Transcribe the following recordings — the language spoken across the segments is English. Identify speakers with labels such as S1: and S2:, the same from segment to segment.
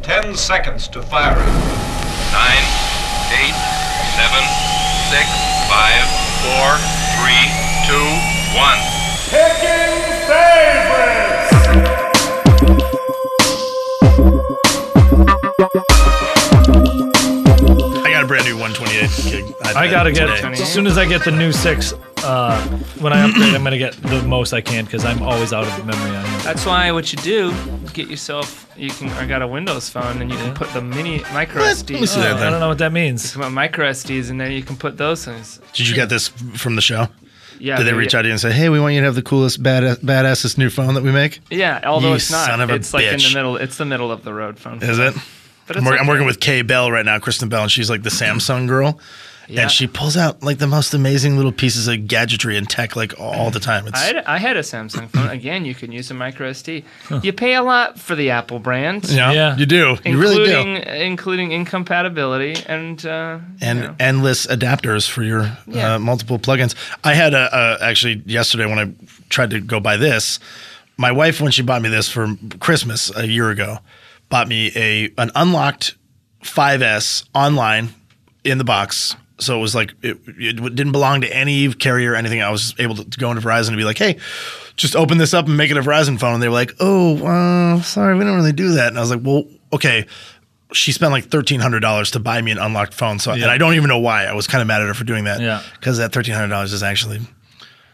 S1: Ten seconds to firing.
S2: Nine, eight, seven, six, five, four, three, two, one.
S3: Picking favorites.
S4: I got a brand new 128 gig.
S5: I gotta get
S4: today.
S5: as soon as I get the new six. Uh, when I upgrade, I'm gonna get the most I can because I'm always out of memory on it.
S6: That's why what you do is get yourself. You can. I got a Windows phone, and you can put the mini micro
S4: Let me see
S6: SDs.
S4: that
S5: I don't
S4: then.
S5: know what that means.
S6: Come on, micro SDs, and then you can put those things.
S4: Did you get this from the show?
S6: Yeah.
S4: Did they
S6: but
S4: reach
S6: yeah,
S4: out to you and say, "Hey, we want you to have the coolest badass badassest new phone that we make"?
S6: Yeah, although
S4: You
S6: it's not.
S4: son of a
S6: it's like in the
S4: bitch.
S6: middle. It's the middle of the road phone.
S4: Is it?
S6: But
S4: I'm,
S6: it's
S4: wor- I'm
S6: okay.
S4: working with Kay Bell right now, Kristen Bell, and she's like the Samsung girl,
S6: Yeah.
S4: and she pulls out like the most amazing little pieces of gadgetry and tech like all the time. It's
S6: I had, I had a Samsung phone. Again, you can use a micro SD. You pay a lot for the Apple brand,
S4: you know,
S5: Yeah.
S4: you do, you really
S6: including
S4: do,
S6: including incompatibility and uh,
S4: and
S6: you know.
S4: endless adapters for your
S6: Yeah.
S4: uh, multiple plugins. I had a, a actually yesterday when I tried to go buy this, my wife when she bought me this for Christmas a year ago, bought me a an unlocked 5S online in the box. So it was like it, it didn't belong to any carrier or anything. I was able to, to go into Verizon and be like, "Hey, just open this up and make it a Verizon phone." And they were like, "Oh, uh, sorry, we don't really do that." And I was like, "Well, okay." She spent like thirteen hundred dollars to buy me an unlocked phone, so and I don't even know why. I was kind of mad at her for doing that,
S5: Yeah.
S4: because that thirteen hundred dollars is actually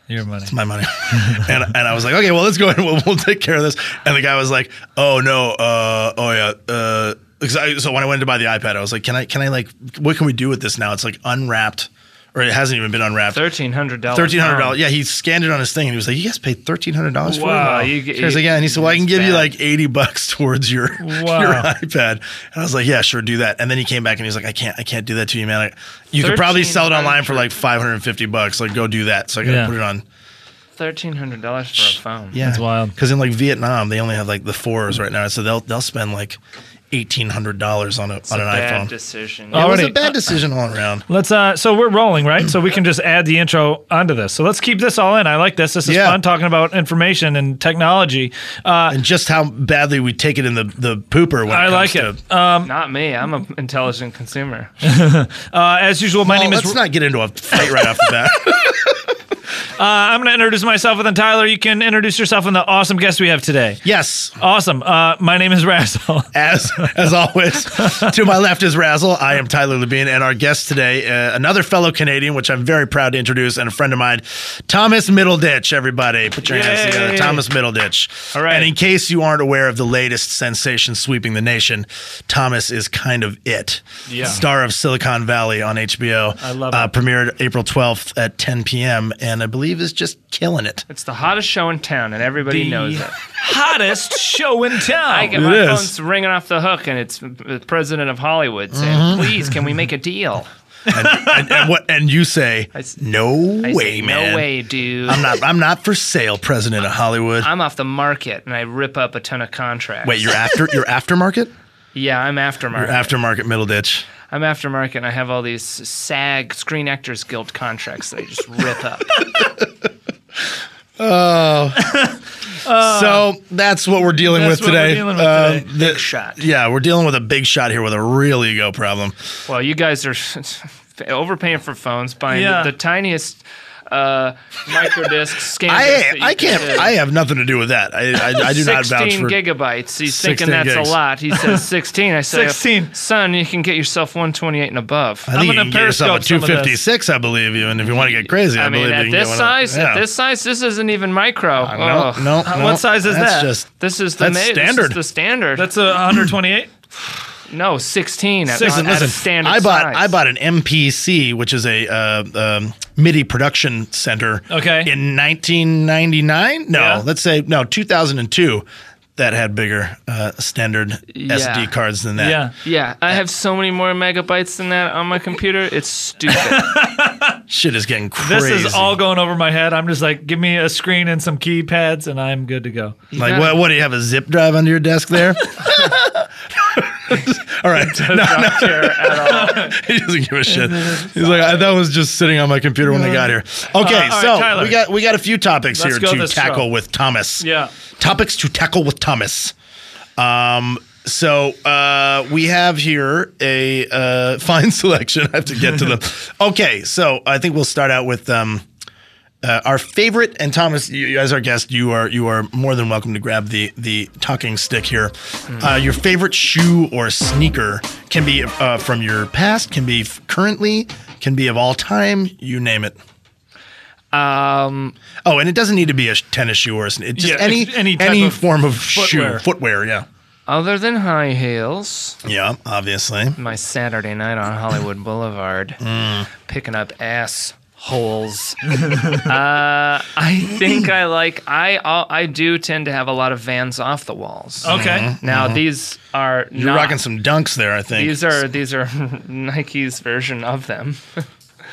S5: Your money.
S4: my money. and, and I was like, okay, well, let's go ahead. We'll, we'll take care of this. And the guy was like, oh no, uh, oh yeah. Uh, 'cause I- so when I went to buy the iPad, I was like, can I, can I like, what can we do with this now? It's like unwrapped, or it hasn't even been unwrapped.
S6: thirteen hundred dollars.
S4: Thirteen hundred dollars. Yeah, he scanned it on his thing, and he was like, "You guys paid thirteen hundred dollars for it."
S6: Wow, you get-
S4: I was like, "Yeah," and he said, "Well, I can
S6: that's
S4: give you
S6: bad.
S4: like eighty bucks towards your your
S5: Wow.
S4: iPad." And I was like, "Yeah, sure, do that." And then he came back and he was like, "I can't, I can't do that to you, man. Like, you could probably sell it online for like five hundred and fifty bucks. Like, go do that." So I got to
S5: Yeah.
S4: put it on.
S6: Thirteen hundred dollars for a phone.
S4: Yeah,
S5: That's wild.
S4: Because in like Vietnam, they only have like the fours right now, so they'll they'll spend like eighteen hundred dollars on a
S6: It's
S4: on
S6: a
S4: an
S6: bad
S4: iPhone. Um,
S6: decision.
S5: Oh,
S4: it was a
S5: Alrighty.
S4: bad decision all around.
S5: Let's uh so we're rolling, right? So we can just add the intro onto this. So let's keep this all in. I like this. This is
S4: Yeah.
S5: fun talking about information and technology. Uh
S4: And just how badly we take it in the the pooper. When it
S5: I
S4: comes
S5: like
S4: to,
S5: it.
S6: Not me. I'm an intelligent consumer.
S5: Uh, as usual, my
S4: Well,
S5: name is.
S4: Oh, let's not get into a fight right off the bat.
S5: I'm going to introduce myself, and then Tyler, you can introduce yourself and the awesome guest we have today.
S4: yes,
S5: Awesome. Uh, my name is Razzle.
S4: as as always, to my left is Razzle. I am Tyler Levine, and our guest today, uh, another fellow Canadian, which I'm very proud to introduce, and a friend of mine, Thomas Middleditch. Everybody, put your hands
S5: Yay.
S4: together, Thomas Middleditch.
S5: All right.
S4: And in case you aren't aware of the latest sensation sweeping the nation, Thomas is kind of it.
S5: Yeah.
S4: Star of Silicon Valley on HBO.
S5: I love
S4: Uh,
S5: it.
S4: premiered April 12th at 10 p.m. and I believe is just killing it.
S6: It's the hottest show in town, and everybody knows it.
S5: Hottest show in town.
S6: I get my
S4: is.
S6: phone's ringing off the hook, and it's the president of Hollywood saying,
S4: Mm-hmm.
S6: "Please, can we make a deal?"
S4: and, and what and you say
S6: I s-
S4: no
S6: I
S4: way
S6: say,
S4: man
S6: No way, dude.
S4: i'm not i'm not for sale president of hollywood
S6: I'm off the market, and I rip up a ton of contracts.
S4: wait you're after you're aftermarket
S6: yeah, I'm aftermarket.
S4: you're aftermarket middle ditch
S6: I'm aftermarket, and I have all these SAG Screen Actors Guild contracts that I just rip up.
S4: so that's what we're dealing
S5: that's
S4: with
S5: what we're
S4: today,
S5: dealing with
S4: Um,
S5: today.
S4: the-
S6: Big shot.
S4: yeah we're dealing with a big shot here with a real ego problem
S6: Well, you guys are overpaying for phones, buying
S5: Yeah.
S6: the, the tiniest uh, micro disc scanners.
S4: i
S6: that you
S4: i
S6: can
S4: can't
S6: do.
S4: i have nothing to do with that i i, I do not vouch
S6: 16
S4: for
S6: gigabytes.
S4: 16
S6: He's thinking that's
S4: gigs.
S6: a lot. He says 16. I say,
S5: 16.
S6: Son, you can get yourself 128 and above.
S4: I think
S5: I'm
S4: you
S5: gonna
S4: can get yourself a
S5: Periscope some of this.
S4: 256, I believe, even if you want to get crazy. I,
S6: I mean,
S4: believe you
S6: at
S4: can
S6: this
S4: get one
S6: size,
S4: of, yeah. Uh,
S6: at this size, this isn't even micro.
S4: no,
S6: Ugh.
S4: no, no,
S5: what size is
S4: that's
S5: that?
S4: Just
S6: This is the
S4: That's
S6: ma- this is
S4: standard.
S6: the standard.
S5: That's a 128.
S6: no 16. At,
S4: Listen,
S6: at
S4: listen.
S6: a standard
S4: I bought
S6: size.
S4: I bought an MPC, which is a uh, um, MIDI production center.
S5: Okay.
S4: In 1999, no,
S5: Yeah.
S4: let's say no 2002, that had bigger uh, standard
S6: Yeah.
S4: SD cards than that.
S5: Yeah.
S6: Yeah, I have so many more megabytes than that on my computer. It's stupid.
S4: Shit is getting
S5: This
S4: crazy.
S5: is all going over my head. I'm just like, give me a screen and some keypads, and I'm good to go.
S4: like
S6: gotta-
S4: what? What do you have a zip drive under your desk there? all right. No,
S6: Don't care at all.
S4: he doesn't give a shit. He's like, I, that was just sitting on my computer when they got here. Okay,
S5: Uh, all right,
S4: so
S5: Tyler.
S4: we got we got a few topics
S5: Let's
S4: here
S5: go
S4: to
S5: this
S4: tackle
S5: show.
S4: with Thomas.
S5: Yeah.
S4: topics to tackle with Thomas. Um, So uh, we have here a uh, fine selection. I have to get to them. Okay, so I think we'll start out with um, uh, our favorite. And Thomas, you, as our guest, you are you are more than welcome to grab the the talking stick here.
S5: Hmm.
S4: Uh, your favorite shoe or sneaker can be uh, from your past, can be f- currently, can be of all time. You name it.
S6: Um,
S4: Oh, and it doesn't need to be a sh- tennis shoe or a sne- just
S5: Yeah,
S4: any
S5: any
S4: any,
S5: type of
S4: form of shoe
S5: footwear.
S4: footwear. Yeah,
S6: other than high heels,
S4: yeah, obviously.
S6: my Saturday night on Hollywood Boulevard,
S4: Mm.
S6: picking up ass holes. uh, I think I like I I do tend to have a lot of Vans off the walls.
S4: Mm-hmm.
S5: Okay.
S6: Now these are
S4: Oh. You're
S6: not,
S4: rocking some dunks there, I think.
S6: these are these are Nike's version of them.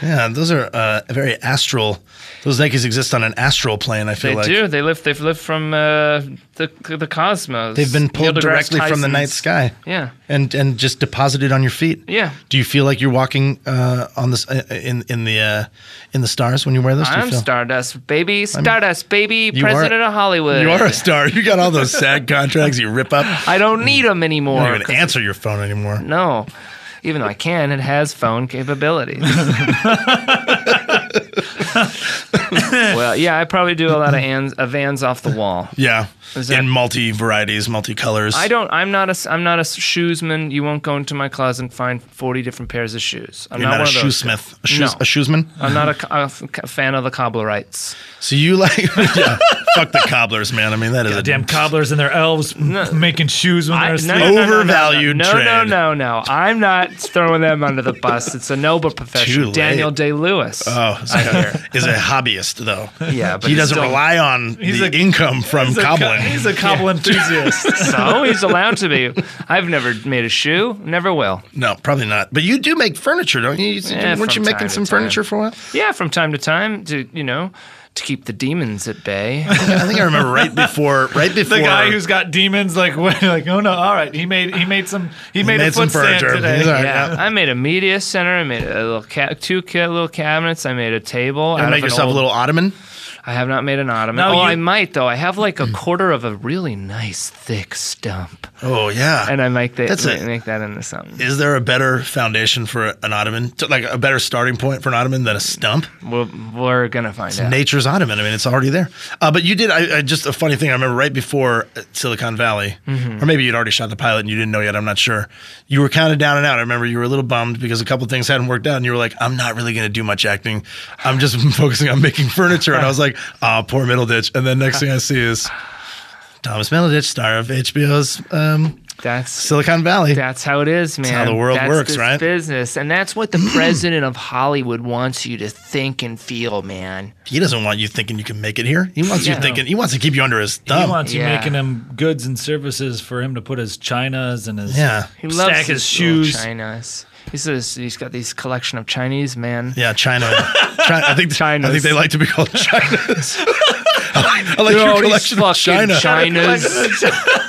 S4: yeah, those are uh, very astral. Those Nikes exist on an astral plane. I feel
S6: They
S4: like
S6: do. They live. They've lived from uh, the the cosmos.
S4: they've been pulled
S6: Neil deGrasse
S4: directly from the
S6: Tyson's-
S4: night sky
S6: Yeah.
S4: and and just deposited on your feet.
S6: Yeah.
S4: Do you feel like you're walking uh, on this uh, in in the uh, in the stars when you wear this? Do you
S6: I'm
S4: feel-
S6: Stardust, baby. Stardust, baby.
S4: are-
S6: President of Hollywood.
S4: You are a star. You got all those sad contracts you rip up.
S6: I don't need them anymore.
S4: You don't even
S6: 'cause
S4: answer your phone anymore.
S6: No. Even though I can, it has phone capabilities. well, yeah, I probably do a lot of, ans- of vans off the wall.
S4: Yeah,
S6: Is that-
S4: in multi varieties, multi colors.
S6: I don't. I'm not a. s- I'm not a s- shoesman. You won't go into my closet and find 40 different pairs of shoes. I'm
S4: You're not, a
S6: one of those.
S4: shoesmith, a, shoes,
S6: No.
S4: a shoesman.
S6: I'm not a co- a, f- c- fan of the Cobblerites.
S4: So you like, yeah, fuck the cobblers, man. I mean, that is a
S5: Damn cobblers and their elves making shoes when
S6: I-
S5: they're
S6: no,
S5: asleep.
S6: no, no, no, no, no.
S4: Overvalued
S6: No, no,
S4: trade.
S6: no, no. I'm not throwing them under the bus. It's a noble profession.
S4: Too late.
S6: Daniel Day Lewis.
S4: Oh, is a, is a hobbyist though.
S6: Yeah, but
S4: he
S6: he's
S4: doesn't
S6: still-
S4: rely on the
S5: a-
S4: income from
S5: He's a co-
S4: cobbling.
S5: he's a cobble enthusiast.
S6: so he's allowed to be. I've never made a shoe. Never will.
S4: no, probably not. But you do make furniture, don't you? you
S6: Yeah,
S4: weren't you
S6: from
S4: making
S6: time
S4: some
S6: to time.
S4: furniture for a while?
S6: Yeah, from time to time to you know to keep the demons at bay.
S4: I think I remember right before, right before
S5: the guy who's got demons like when, like oh no all right he made he made some he, made, a
S4: made some
S5: foot stand
S4: furniture.
S5: today
S4: He's all right.
S6: yeah,
S4: yeah.
S6: I made a media center. I made a little ca- two ca- little cabinets. I made a table. out
S4: gonna
S6: of
S4: make
S6: an
S4: yourself
S6: old-
S4: a little ottoman.
S6: I have not made an ottoman.
S5: No,
S6: oh,
S5: you-
S6: I might though. I have
S4: Mm.
S6: like a quarter of a really nice thick stump,
S4: Oh yeah.
S6: and I make that
S4: That's it.
S6: make that into something.
S4: is there a better foundation for an ottoman, to- like a better starting point for an ottoman than a stump?
S6: We're, we're gonna find out.
S4: nature's ottoman. I mean, it's already there. Uh, but you did I, I, just a funny thing. I remember right before uh, Silicon Valley,
S5: Mm-hmm.
S4: or maybe you'd already shot the pilot and you didn't know yet. I'm not sure. You were kind of down and out. I remember you were a little bummed because a couple things hadn't worked out, and you were like, "I'm not really going to do much acting. I'm just focusing on making furniture." And I was like, "Ah, poor Middleditch." And then next thing I see is Thomas Middleditch, star of HBO's um,
S6: That's
S4: Silicon Valley.
S6: That's how it is, man.
S4: how the world
S6: That's
S4: works,
S6: this
S4: right?
S6: Business, and that's what the president of Hollywood wants you to think and feel, man.
S4: He doesn't want you thinking you can make it here. He wants you
S6: Yeah.
S4: thinking. He wants to keep you under his thumb.
S5: he wants you
S6: Yeah.
S5: making him goods and services for him to put his chinas and his
S4: yeah.
S6: He
S5: Stack
S6: loves
S5: his
S6: his
S5: shoes.
S6: China's. He says he's got these collection of Chinese men.
S4: Yeah, China. China. I think China. I
S6: Chinas.
S4: think they like to be called Chinas. I like
S6: They're
S4: your
S6: all these
S4: collection
S6: fucking
S4: of China.
S6: Chinas.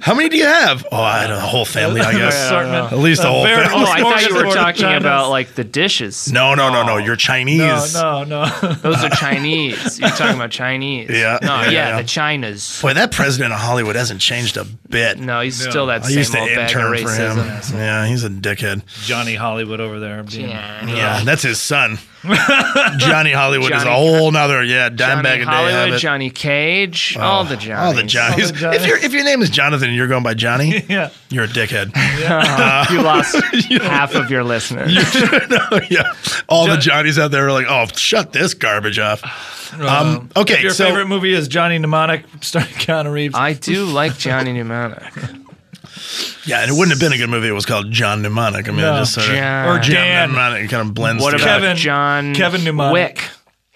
S4: How many do you have? Oh, I had a whole family, I guess.
S5: assortment
S4: At least a whole
S5: very-
S4: family.
S6: Oh, I thought you were
S5: Smorgasbord of
S6: talking
S5: Chinas.
S6: about like the dishes.
S4: No, no, no, no. You're
S5: no
S4: Chinese.
S5: no no
S6: Those are Chinese. You're talking about Chinese.
S4: Yeah,
S6: No,
S4: yeah,
S6: yeah,
S4: yeah.
S6: the Chinas.
S4: Boy, that president of Hollywood hasn't changed a bit.
S6: No, he's still that
S4: I
S6: same
S4: used to
S6: old bag of
S4: intern for him.
S6: racism.
S4: Yeah, he's a dickhead.
S5: Johnny Hollywood over there being,
S6: Yeah.
S4: Yeah, that's his son. Johnny Hollywood is a
S6: Johnny-
S4: whole nother, yeah, dime bag
S6: Johnny
S4: a day.
S6: Hollywood,
S4: habit.
S6: Johnny Cage, all the Johnnies.
S4: Oh, All the Johnnies.
S5: All the Johnnies.
S4: If, your if your name is Jonathan and you're going by Johnny,
S5: yeah
S4: you're a dickhead.
S5: Uh-huh.
S6: You lost half of your listeners.
S4: yeah. All the Johnnies out there are like, oh, shut this garbage off. Um,
S5: Uh, if
S4: okay,
S5: your
S4: so
S5: favorite movie is Johnny Mnemonic starring Keanu Reeves
S6: I do like Johnny Mnemonic.
S4: yeah, and it wouldn't have been a good movie. if It was called John Mnemonic. I mean, it
S5: No.
S4: just sort of
S6: John.
S5: or
S4: John
S5: Dan
S4: Mnemonic kind of blends.
S6: What about
S4: together.
S5: Kevin-
S6: John
S5: Kevin Mnemonic.
S6: Wick?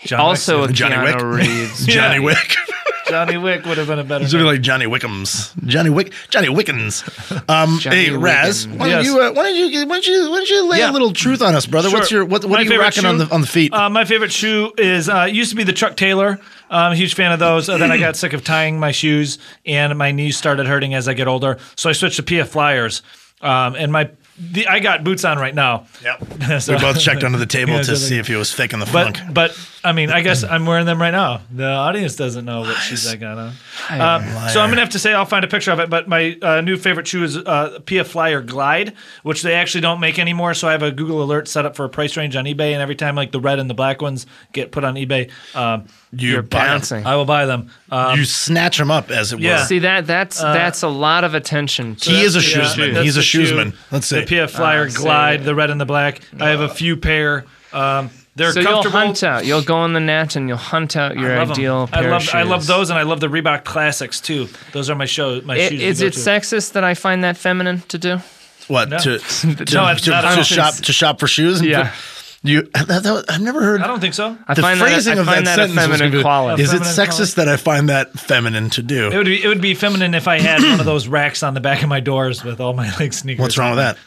S5: John
S6: also
S5: Wick.
S6: a
S4: Johnny
S6: Keanu
S4: Wick?
S6: Reeves.
S4: Johnny Wick?
S5: Johnny Wick would have been a better
S4: It's gonna
S5: name.
S4: be like Johnny Wickham's, Johnny Wick, Johnny Wickens. Um,
S6: Johnny
S4: hey, Raz,
S6: Wickens.
S4: why don't
S5: Yes.
S4: you uh, why don't you why don't you why don't you lay
S5: Yeah.
S4: a little truth on us, brother? What's
S5: Sure.
S4: your what what
S5: My
S4: are you
S5: favorite
S4: rocking on
S5: shoe-
S4: the on the feet?
S5: Uh, my favorite shoe is uh, it used to be the Chuck Taylor. I'm a huge fan of those. Uh, then I got sick of tying my shoes, and my knees started hurting as I get older. So I switched to PF Flyers. Um, and my the, I got boots on right now.
S4: Yep.
S5: So-
S4: we both checked under the table
S5: Yeah,
S4: to
S5: so
S4: see if he was thick in the
S5: But
S4: funk.
S5: but I mean, I guess I'm wearing them right now. The audience doesn't know what shoes I got on. Uh, so I'm gonna have to say I'll find a picture of it. But my uh, new favorite shoe is uh, Pia Flyer Glide, which they actually don't make anymore. So I have a Google alert set up for a price range on eBay, and every time like the red and the black ones get put on eBay, um,
S4: you bounce,
S6: bouncing. Um,
S5: I will buy them. Uh,
S4: you snatch him up as it
S5: Yeah.
S4: was.
S6: See that that's
S5: Uh,
S6: that's a lot of attention.
S4: he is a
S5: Yeah,
S4: shoesman.
S5: that's
S4: He's a
S5: the shoe.
S4: shoesman. Let's see.
S5: The PF Flyer
S6: Ah, see.
S5: Glide, the red and the black. I have a few pair. Um, they're
S6: so you'll
S5: comfortable.
S6: hunt out. You'll go on the net and you'll hunt out your
S5: I love 'em.
S6: ideal pair
S5: I love
S6: of shoes.
S5: I love those, and I love the Reebok Classics too. Those are my show my
S6: I-
S5: shoes.
S6: is
S5: to go
S6: it
S5: to.
S6: sexist that I find that feminine to do?
S4: What to to,
S5: No, it's
S4: to,
S5: not
S4: to
S5: options.
S4: shop to shop for shoes? And
S6: Yeah.
S4: put- you. That, that, I've never heard.
S5: I don't think so.
S6: I
S4: the
S6: find that
S4: phrasing
S6: I
S4: of
S6: find
S4: that,
S6: that a
S4: sentence was
S6: feminine
S4: good.
S6: quality.
S4: Is it
S5: Feminine
S4: sexist that I find that feminine to do?
S5: It would be it would be feminine if I had one of those racks on the back of my doors with all my like sneakers.
S4: What's wrong with that?
S6: Well,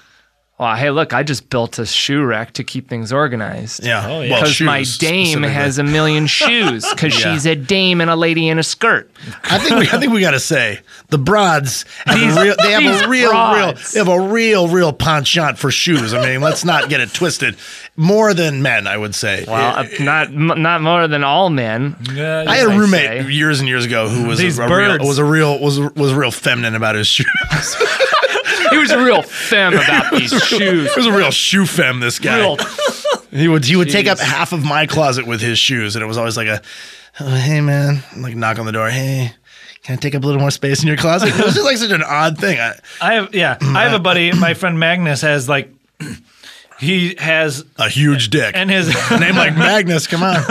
S6: Oh, hey, look, I just built a shoe rack to keep things organized.
S4: Yeah.
S5: Oh, yeah.
S4: Well,
S6: Because my
S4: shoes,
S6: dame
S4: specifically.
S6: has a million shoes, because
S4: Yeah.
S6: she's a dame and a lady in a skirt.
S4: I think we, I think we got to say the broads have a real, they have
S6: these
S4: a real
S6: broads.
S4: real they have a real real penchant for shoes. I mean, let's not get it twisted. More than men, I would say.
S6: Well, uh, not m- not more than all men.
S5: Yeah,
S4: I had a
S6: I
S4: roommate
S6: say.
S4: years and years ago who was
S5: These
S4: a, real
S5: birds.
S4: was a real was was real feminine about his shoes.
S6: He was real femme about these shoes.
S4: he was a real shoe femme. This guy.
S6: Real-
S4: He would he would take up half of my closet with his shoes, and it was always like a, oh, hey man, like knock on the door, hey. Can I take up a little more space in your closet? It was just like such an odd thing. I,
S5: I have yeah. I have a buddy. My friend Magnus has like he has
S4: a huge dick.
S5: and his
S4: Name like Magnus, come on.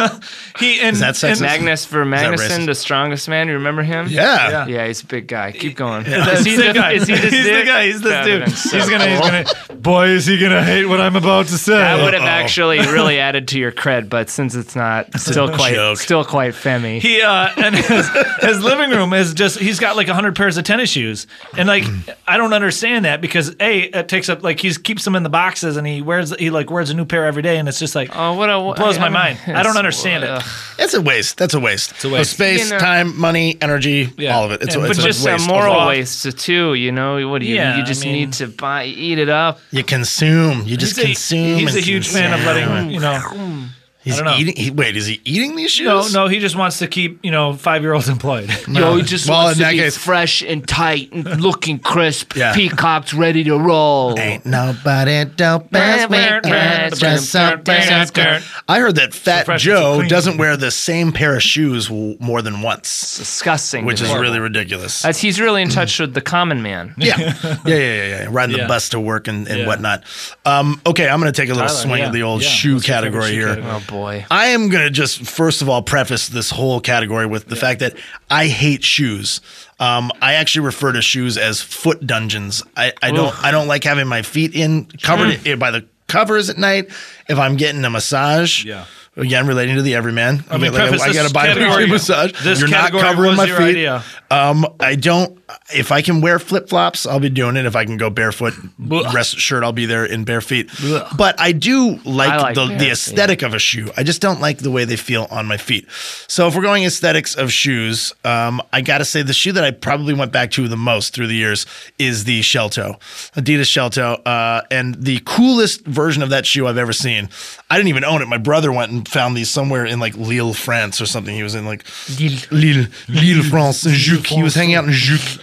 S5: he and,
S4: that
S5: and
S4: sexist?
S6: Magnus for
S4: racist?
S6: Magnuson, the strongest man. You remember him?
S4: Yeah.
S5: Yeah.
S6: Yeah, he's a big guy. Keep going.
S5: He's
S6: Is he
S5: the
S6: the-
S5: guy.
S6: is he this
S5: he's the
S6: dick?
S5: guy. He's this
S6: That
S5: dude.
S6: would've been so
S5: he's gonna. He's
S6: cool.
S5: gonna. Boy, is he gonna hate what I'm about to say.
S6: That would have
S4: Uh-oh.
S6: actually really added to your cred, but since it's not, still quite,
S4: joke.
S6: still quite femmy.
S5: He uh, and his, his living room is just he's got like hundred pairs of tennis shoes, and like I don't understand that because a it takes up like he keeps them in the boxes and he wears he like wears a new pair every day, and it's just like
S6: oh, what a
S5: blows
S6: I- uh,
S5: my
S6: I-
S5: mind. I don't understand it.
S6: ugh.
S4: It's a waste. That's a waste. It's
S5: a waste.
S4: Of space,
S6: You know-
S4: time, money, energy,
S5: Yeah.
S4: all of it. It's,
S5: And-
S4: a,
S5: but
S4: it's a
S6: just
S4: waste
S6: a moral
S4: overall.
S6: waste uh, too. You know, what do you?
S5: Yeah,
S6: you
S5: I
S6: just
S5: mean-
S6: need to buy, eat it up.
S4: You consume. You just
S5: He's a-
S4: consume.
S5: He's a
S4: and
S5: huge fan of
S4: consume.
S5: letting you know.
S4: He's
S5: don't know.
S4: eating. He, wait, is he eating these shoes?
S5: No, no, he just wants to keep you know five year olds employed.
S6: Yo, he just
S4: Well, in
S6: wants to
S4: that
S6: be
S4: case-
S6: fresh and tight and looking crisp.
S4: Yeah.
S6: Peacock's ready to roll.
S4: Ain't nobody don't pass me. It's just something that's good. I heard that Fat
S5: fresh, so
S4: Joe
S5: clean.
S4: doesn't wear the same pair of shoes w- more than once,
S6: Disgusting.
S4: which
S6: to
S4: is
S6: me.
S4: really Mm. ridiculous.
S6: That's, he's really in touch with the common man.
S4: Yeah. yeah, yeah, yeah, yeah. Riding the
S5: Yeah.
S4: bus to work and, and
S5: Yeah.
S4: whatnot. Um, okay, I'm going to take a little
S5: Tyler,
S4: swing
S5: yeah,
S4: at the old
S5: yeah.
S4: shoe
S5: What's your favorite
S4: category
S5: shoe
S4: here.
S5: category?
S6: Oh boy.
S4: I am going to just, first of all, preface this whole category with the fact that I hate shoes. Um, I actually refer to shoes as foot dungeons. I, I don't I don't like having my feet in covered
S5: Mm.
S4: i- by the covers at night. If I'm getting a massage,
S5: Yeah.
S4: Again, relating to the everyman. I
S5: mean,
S4: I,
S5: preface this
S4: gotta buy
S5: category-
S4: a massage.
S5: this
S4: You're not
S5: category
S4: covering
S5: was
S4: my
S5: your
S4: feet.
S5: idea.
S4: Um, I don't. If I can wear flip flops, I'll be doing it. If I can go barefoot, rest shirt, I'll be there in bare feet. But I do like,
S6: I like
S4: the,
S6: bare
S4: the
S6: feet.
S4: aesthetic of a shoe. I just don't like the way they feel on my feet. So if we're going aesthetics of shoes, um, I gotta say the shoe that I probably went back to the most through the years is the shell toe, Adidas shell toe, uh, and the coolest version of that shoe I've ever seen. I didn't even own it. My brother went and found these somewhere in like Lille, France, or something. He was in like Lille, Lille, Lille France, Juc. He was hanging out in Juc,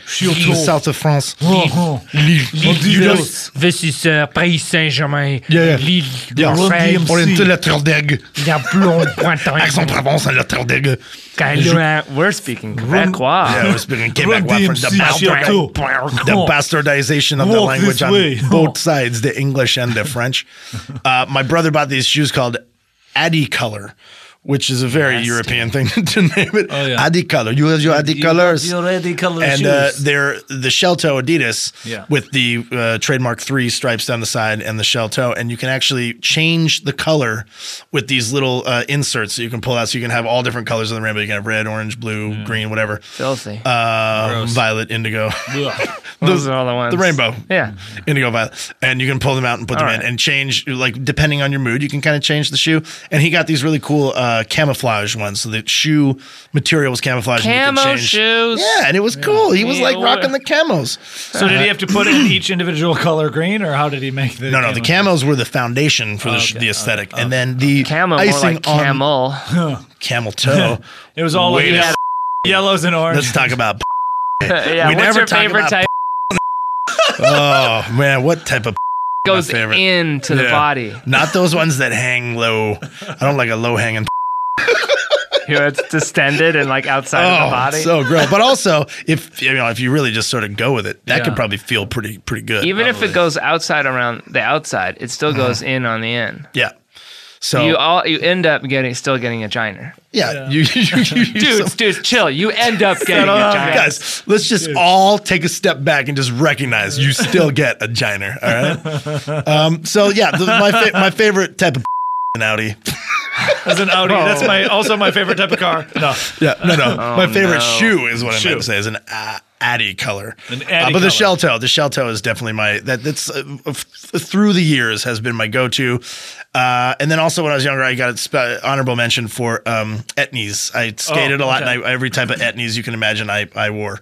S4: in the south of France. Lille, Lille. You know-
S1: This is uh, Paris Saint-Germain.
S4: Yeah, yeah.
S1: Lille,
S4: Yeah,
S1: Marseille,
S4: on est la terre d'aigle.
S1: Il y a Boulogne, Pointe-à-Pitre,
S4: Aix-en-Provence, la terre d'aigle.
S1: Calais,
S6: We're speaking Quebecois.
S5: Ah.
S4: Yeah, we're speaking Quebecois from the,
S5: DMC,
S4: bas-
S5: shit, too.
S4: the bastardization of the
S5: Walk
S4: language
S5: Oh.
S4: on
S5: this way.
S4: both sides, the English and the French. Uh, my brother bought these shoes called Addy Color, which is a very European thing to name it.
S5: Oh, yeah.
S4: Addy Color. You have your Addy Colors.
S5: You already colored
S4: and
S5: shoes.
S4: uh, they're the shell toe Adidas
S5: Oh, Yeah.
S4: with the uh, trademark three stripes down the side and the shell toe, and you can actually change the color with these little uh, inserts that you can pull out, so you can have all different colors of the rainbow. You can have red, orange, blue, green, whatever,
S6: Filthy.
S4: uh, violet, indigo.
S6: Those are all the ones.
S4: The rainbow,
S6: Yeah.
S4: indigo violet, and you can pull them out and put them
S6: All
S4: in
S6: right.
S4: and change. Like depending on your mood, you can kind of change the shoe. And he got these really cool uh, uh, camouflage ones, so the shoe material was camouflaged. and you could
S6: Camo
S4: change-
S6: shoes.
S4: Yeah, and it was cool. He was
S6: Yeah,
S4: like rocking
S6: wha-
S4: the camos.
S5: So did he have to put in each individual color green, or how did he make the?
S4: Uh, No, no, the camos were the foundation for the, sh the aesthetic, and then the
S6: Camo, more
S4: icing
S6: like camel.
S4: on camel toe.
S5: It was all
S4: Wait
S5: like
S4: a
S5: yeah, yellows and
S4: Let's
S5: orange.
S4: talk about.
S6: yeah,
S4: We
S6: what's
S4: never
S6: your
S4: talk
S6: favorite
S4: about
S6: type?
S4: Oh man, what type of
S6: Goes
S4: favorite.
S6: into the
S4: Yeah.
S6: body.
S4: Not those ones that hang low. I don't like a low hanging.
S6: You know, it's distended and like outside of the
S4: Oh,
S6: body.
S4: so gross. But also, if you know, if you really just sort of go with it, that could probably feel pretty pretty good. Uh,
S6: Even if it goes outside around the outside, it still
S4: Uh-huh.
S6: goes in on the in.
S4: yeah. So
S6: You all you end up getting still getting a giner.
S4: yeah, you, you, you, you
S6: Dudes, dudes, chill. You end up getting a giner.
S4: Oh, guys, let's just all take a step back and just recognize you still get a giner. All right. Um, so yeah, the, my fa- my favorite type of an Audi.
S5: As an Audi, that's my also my favorite type of car. No,
S4: Yeah, Oh. no, no. my favorite
S6: no.
S4: shoe is what I meant
S5: Oh, Shoe.
S4: to say is an uh, Addy color.
S5: An
S4: Uh,
S5: Addy
S4: but the
S5: color.
S4: shell toe, the shell toe is definitely my that that's uh, f- through the years has been my go to. Uh, and then also when I was younger, I got a spe- honorable mention for um, etnies. I skated a lot,
S5: Oh, okay.
S4: and I, every type of etnies you can imagine, I I wore.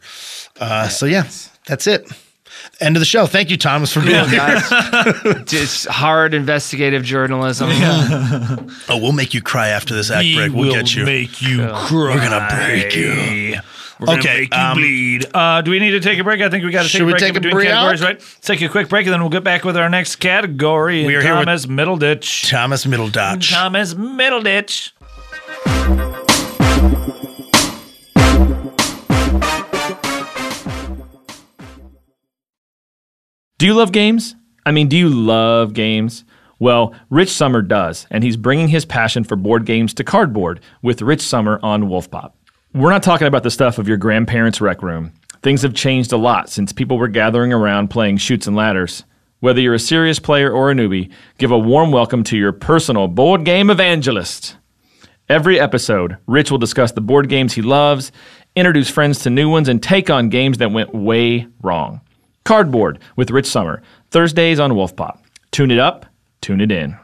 S4: Uh, so yeah, that's it. End of the show. Thank you, Thomas, for being here.
S6: Guys, Just hard investigative journalism.
S4: Oh, we'll make you cry after this act break. We'll get you.
S5: make you
S4: We're gonna break you. Okay, um,
S5: bleed. Uh, do we need to take a break? I think we got to take
S4: Should
S5: a
S4: we
S5: break
S4: take
S5: in
S4: a
S5: between
S4: break?
S5: categories, right? Let's take a quick break, and then we'll get back with our next category.
S4: We are here with-
S5: Thomas Middleditch.
S4: Thomas Middledotch.
S5: Thomas Middleditch.
S7: Do you love games? I mean, do you love games? Well, Rich Summer does, and he's bringing his passion for board games to cardboard with Rich Summer on Wolf Pop. We're not talking about the stuff of your grandparents' rec room. Things have changed a lot since people were gathering around playing shoots and ladders. Whether you're a serious player or a newbie, give a warm welcome to your personal board game evangelist. Every episode, Rich will discuss the board games he loves, introduce friends to new ones, and take on games that went way wrong. Cardboard with Rich Summer, Thursdays on Wolf Pop. Tune it up, tune it in.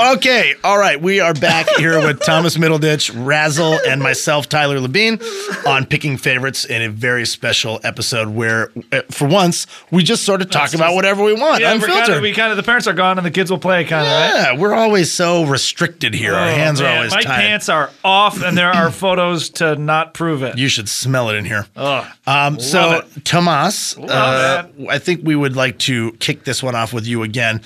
S4: Okay, all right. We are back here with Thomas Middleditch, Razzle, and myself, Tyler Labine, on picking favorites in a very special episode where, uh, for once, we just sort of talk about whatever we want.
S5: Yeah, we're
S4: Uh, unfiltered.
S5: kind of, we kind of the parents are gone, and the kids will play, kind of, right?
S4: yeah, we're always so restricted here. Our hands
S5: Oh,
S4: are
S5: man,
S4: always
S5: My
S4: tied.
S5: pants are off, and there are photos to not prove it.
S4: you should smell it in here. um, so, Tomas, uh, I think we would like to kick this one off with you again.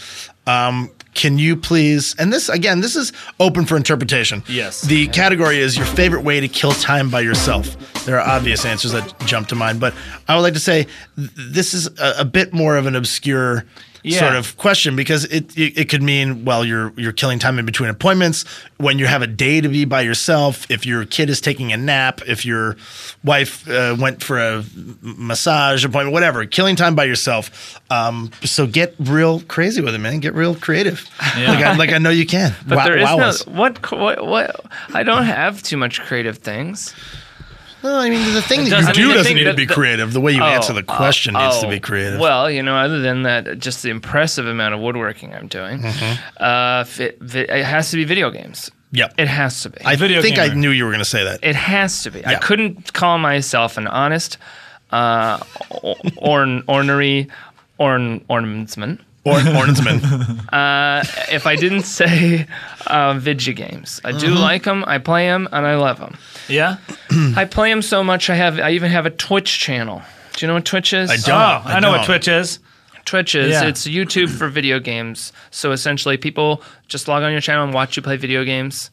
S4: Um, can you please, and this again, this is open for interpretation.
S5: Yes.
S4: The category is your favorite way to kill time by yourself. There are obvious answers that jump to mind, but I would like to say th- this is a, a bit more of an obscure
S5: Yeah.
S4: sort of question because it, it it could mean well you're you're killing time in between appointments when you have a day to be by yourself if your kid is taking a nap if your wife uh, went for a m- massage appointment whatever killing time by yourself um, so get real crazy with it man get real creative like, I, like I know you can
S6: But
S4: Wow-
S6: there is
S4: wow
S6: no
S4: us.
S6: what, what what I don't have too much creative things.
S4: No, I mean the thing that
S6: does-
S4: you
S6: I mean,
S4: do
S6: the
S4: doesn't
S6: thing
S4: need to
S6: that-
S4: be
S6: the-
S4: creative the way you
S6: Oh,
S4: answer the question
S6: oh,
S4: needs to
S6: oh.
S4: be creative
S6: Well, you know, other than that, just the impressive amount of woodworking I'm doing.
S4: Mm-hmm.
S6: Uh, fit, vi- it has to be video games.
S4: Yep.
S6: It has to be.
S4: I
S5: video
S4: think I
S5: gamer.
S4: knew you were going to say that
S6: It has to be. I
S4: Yeah.
S6: couldn't call myself an honest, uh, or- orn, ornery, orn, ornamentsman
S4: or Ornsman
S6: if I didn't say uh, video games. I
S4: Mm-hmm.
S6: do like 'em, like them. I play them, and I love them.
S5: yeah.
S4: Hmm.
S6: I play them so much. I have. I even have a Twitch channel. Do you know what Twitch is?
S4: I
S5: Oh,
S4: don't
S5: I, know what
S4: don't.
S5: Twitch is.
S6: Twitch is
S5: Yeah.
S6: it's YouTube for video games. So essentially, people just log on your channel and watch you play video games.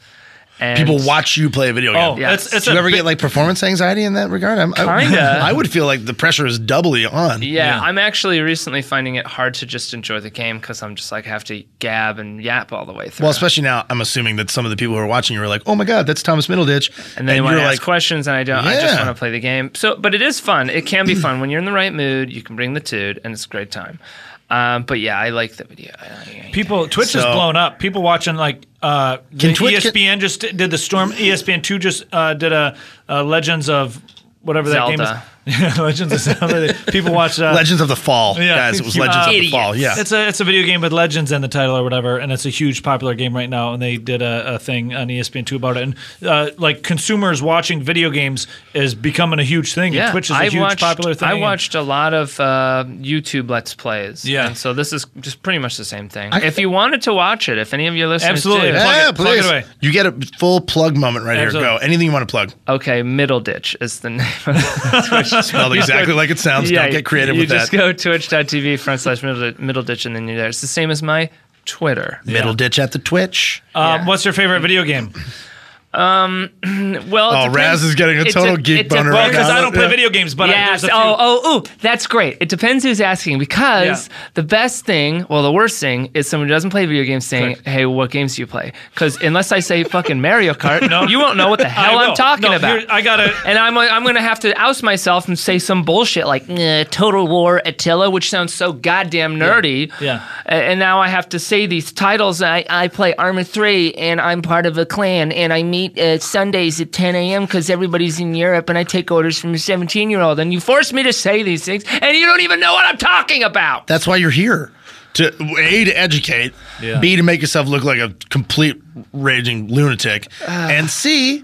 S6: And
S4: people watch you play a video game
S5: Oh,
S6: Yeah.
S5: it's, it's
S4: Do
S5: a
S4: you ever
S5: bit-
S4: get like performance anxiety in that regard? I'm, I,
S6: Kinda.
S4: I would feel like the pressure is doubly on.
S6: Yeah, I'm actually recently finding it hard to just enjoy the game because I'm just like have to gab and yap all the way through.
S4: Well, especially now, I'm assuming that some of the people who are watching you are like, "Oh my God, that's Thomas Middleditch,"
S6: and then you want to ask questions, and I don't. I just
S4: Yeah.
S6: want to play the game. So, but it is fun. It can be fun when you're in the right mood. You can bring the dude, and it's a great time. Um, but yeah, I like the video.
S5: people twitch is
S4: So-
S5: blown up people watching like uh the
S4: Twitch-
S5: espn E just did the storm espn2 just uh did a, uh legends of whatever that game
S6: Zelda.
S5: is Legends of Zelda. People watch uh,
S4: Legends of the Fall,
S5: Yeah.
S4: guys. It was
S5: You
S4: Legends of the
S6: idiots.
S4: Fall. Yeah.
S5: It's a it's a video game with Legends and the title or whatever, and it's a huge popular game right now. And they did a, a thing on E ESPN two about it, and uh, like consumers watching video games is becoming a huge thing. and
S6: Yeah,
S5: Twitch is a
S6: I
S5: huge
S6: watched,
S5: popular thing.
S6: I
S5: and-
S6: watched a lot of uh, YouTube Let's Plays.
S5: Yeah.
S6: And so this is just pretty much the same thing. if you wanted to watch it, if any of you listeners
S5: Absolutely.
S6: do.
S5: plug
S4: yeah,
S5: it- plug it away.
S4: You get a full plug moment right
S5: Absolutely.
S4: here. Go. Anything you want to plug.
S6: Okay, Middle Ditch is the name. of
S4: Spelled exactly like it sounds. Don't get creative
S6: you
S4: with
S6: just
S4: that.
S6: go twitch.tv front slash middle di- middle ditch and then you're there. It's the same as my Twitter.
S4: Middle ditch at the Twitch.
S5: Um,
S6: yeah.
S5: What's your favorite video game?
S6: Well, it
S4: Oh,
S6: depends-
S4: Raz is getting a
S6: it
S4: total
S6: de-
S4: geek
S6: it
S4: boner
S6: depends-
S4: right
S5: Because
S4: now.
S5: I don't play video games, but I,
S6: Yes.
S5: there's a few.
S6: Oh, oh, ooh, that's great. It depends who's asking because
S5: Yeah.
S6: the best thing, well, the worst thing is someone who doesn't play video games saying, "Hey, what games do you play?" Because unless I say fucking Mario Kart,
S5: No.
S6: you won't know what the
S5: I
S6: hell
S5: will.
S6: I'm talking
S5: No,
S6: about.
S5: here- I got to
S6: and I'm uh, I'm gonna have to oust myself and say some bullshit like "Nah, Total War Attila, which sounds so goddamn nerdy.
S5: Yeah.
S6: A- And now I have to say these titles. I, I play Arma Three, and I'm part of a clan, and I meet uh, Sundays at 10 a.m. because everybody's in Europe, and I take orders from a 17 year old. And you force me to say these things, and you don't even know what I'm talking about.
S4: That's why you're here. To A, to educate, B, to make yourself look like a complete raging lunatic, and C,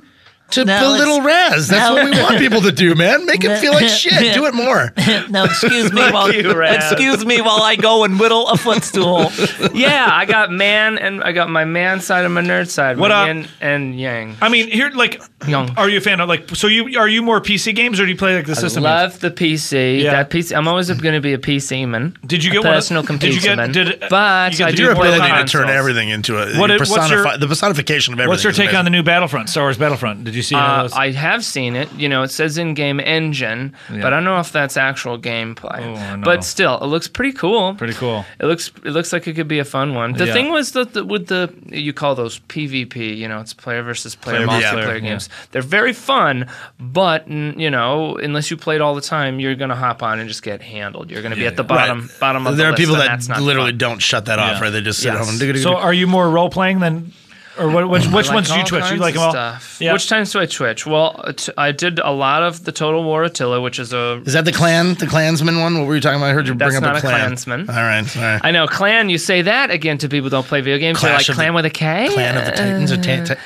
S4: to
S8: No,
S4: belittle Raz. That's what we want people to do, man. Make him feel like shit. Do it more.
S8: now excuse me while
S6: you, Raz.
S8: excuse me while I go and whittle a footstool.
S6: yeah, I got man, and I got my man side and my nerd side.
S5: What
S6: my
S5: up?
S6: yin and yang.
S5: I mean, here, like,
S6: Young.
S5: are you a fan of like? So you are you more PC games or do you play like the system? games?
S6: Love the PC.
S5: Yeah.
S6: That PC. I'm always going to be a PC man.
S5: Did you get
S6: a
S5: one of-
S6: personal
S5: did you
S6: computer
S5: get-
S6: man?
S5: did- uh,
S6: but
S5: you get
S6: I
S5: the
S6: do
S4: Your
S5: European
S6: play
S4: ability to
S5: consoles.
S4: turn everything into a
S5: What
S4: what,
S5: i- what's your-
S4: the personification of everything.
S5: What's your
S4: is
S5: take on
S4: amazing.
S5: the new Battlefront, Star Wars Battlefront? Did you see? any of
S6: Uh,
S5: those?
S6: I have seen it. You know, it says in-game engine, but I don't know if that's actual gameplay.
S5: Oh, no.
S6: But still, it looks pretty cool.
S5: Pretty cool.
S6: It looks it looks like it could be a fun one. The
S5: Yeah.
S6: thing was that the, with the you call those PvP, you know, it's player versus player,
S4: Player versus
S6: multiplayer
S4: player,
S6: games. They're very fun, but n- you know, unless you played all the time, you're gonna hop on and just get handled. You're gonna be at the bottom bottom of
S4: There
S6: the
S4: are
S6: list,
S4: people
S6: and
S4: that
S6: that's not
S4: literally
S6: fun.
S4: don't shut that off,
S5: Yeah.
S4: right? They just sit
S6: Yes.
S4: home. and-
S5: So are you more role playing than, or what, which which
S6: I like
S5: ones do you
S6: all
S5: twitch? You
S6: kinds
S5: like
S6: of
S5: them all?
S6: Stuff.
S5: Yeah.
S6: Which times do I twitch? Well, uh, t- I did a lot of the Total War Attila, which is a
S4: Is that the clan, the clansman one? What were you talking about? I heard you
S6: That's
S4: bring up
S6: not
S4: a
S6: a
S4: clan.
S6: Klansman.
S4: All right, all right.
S6: I know clan. You say that again to people who don't play video games. They're
S4: Clash
S6: like
S4: of
S6: clan
S4: the-
S6: with a K.
S4: clan of the Titans or ta- ta-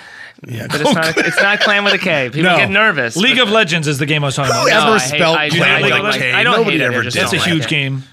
S4: yeah. Oh,
S6: But it's not. It's not clan with a K. People
S4: No.
S6: get nervous.
S5: League of Legends is the game I was talking about.
S4: Who
S6: No,
S4: ever
S6: I hate-
S4: spelled
S6: I-
S4: clan
S5: I
S4: with
S5: don't
S4: a
S5: like-
S4: K?
S6: I don't
S4: Nobody
S6: hate it, I
S4: ever
S6: just
S4: did.
S6: don't
S5: That's a
S6: like
S5: huge
S6: it.
S5: game.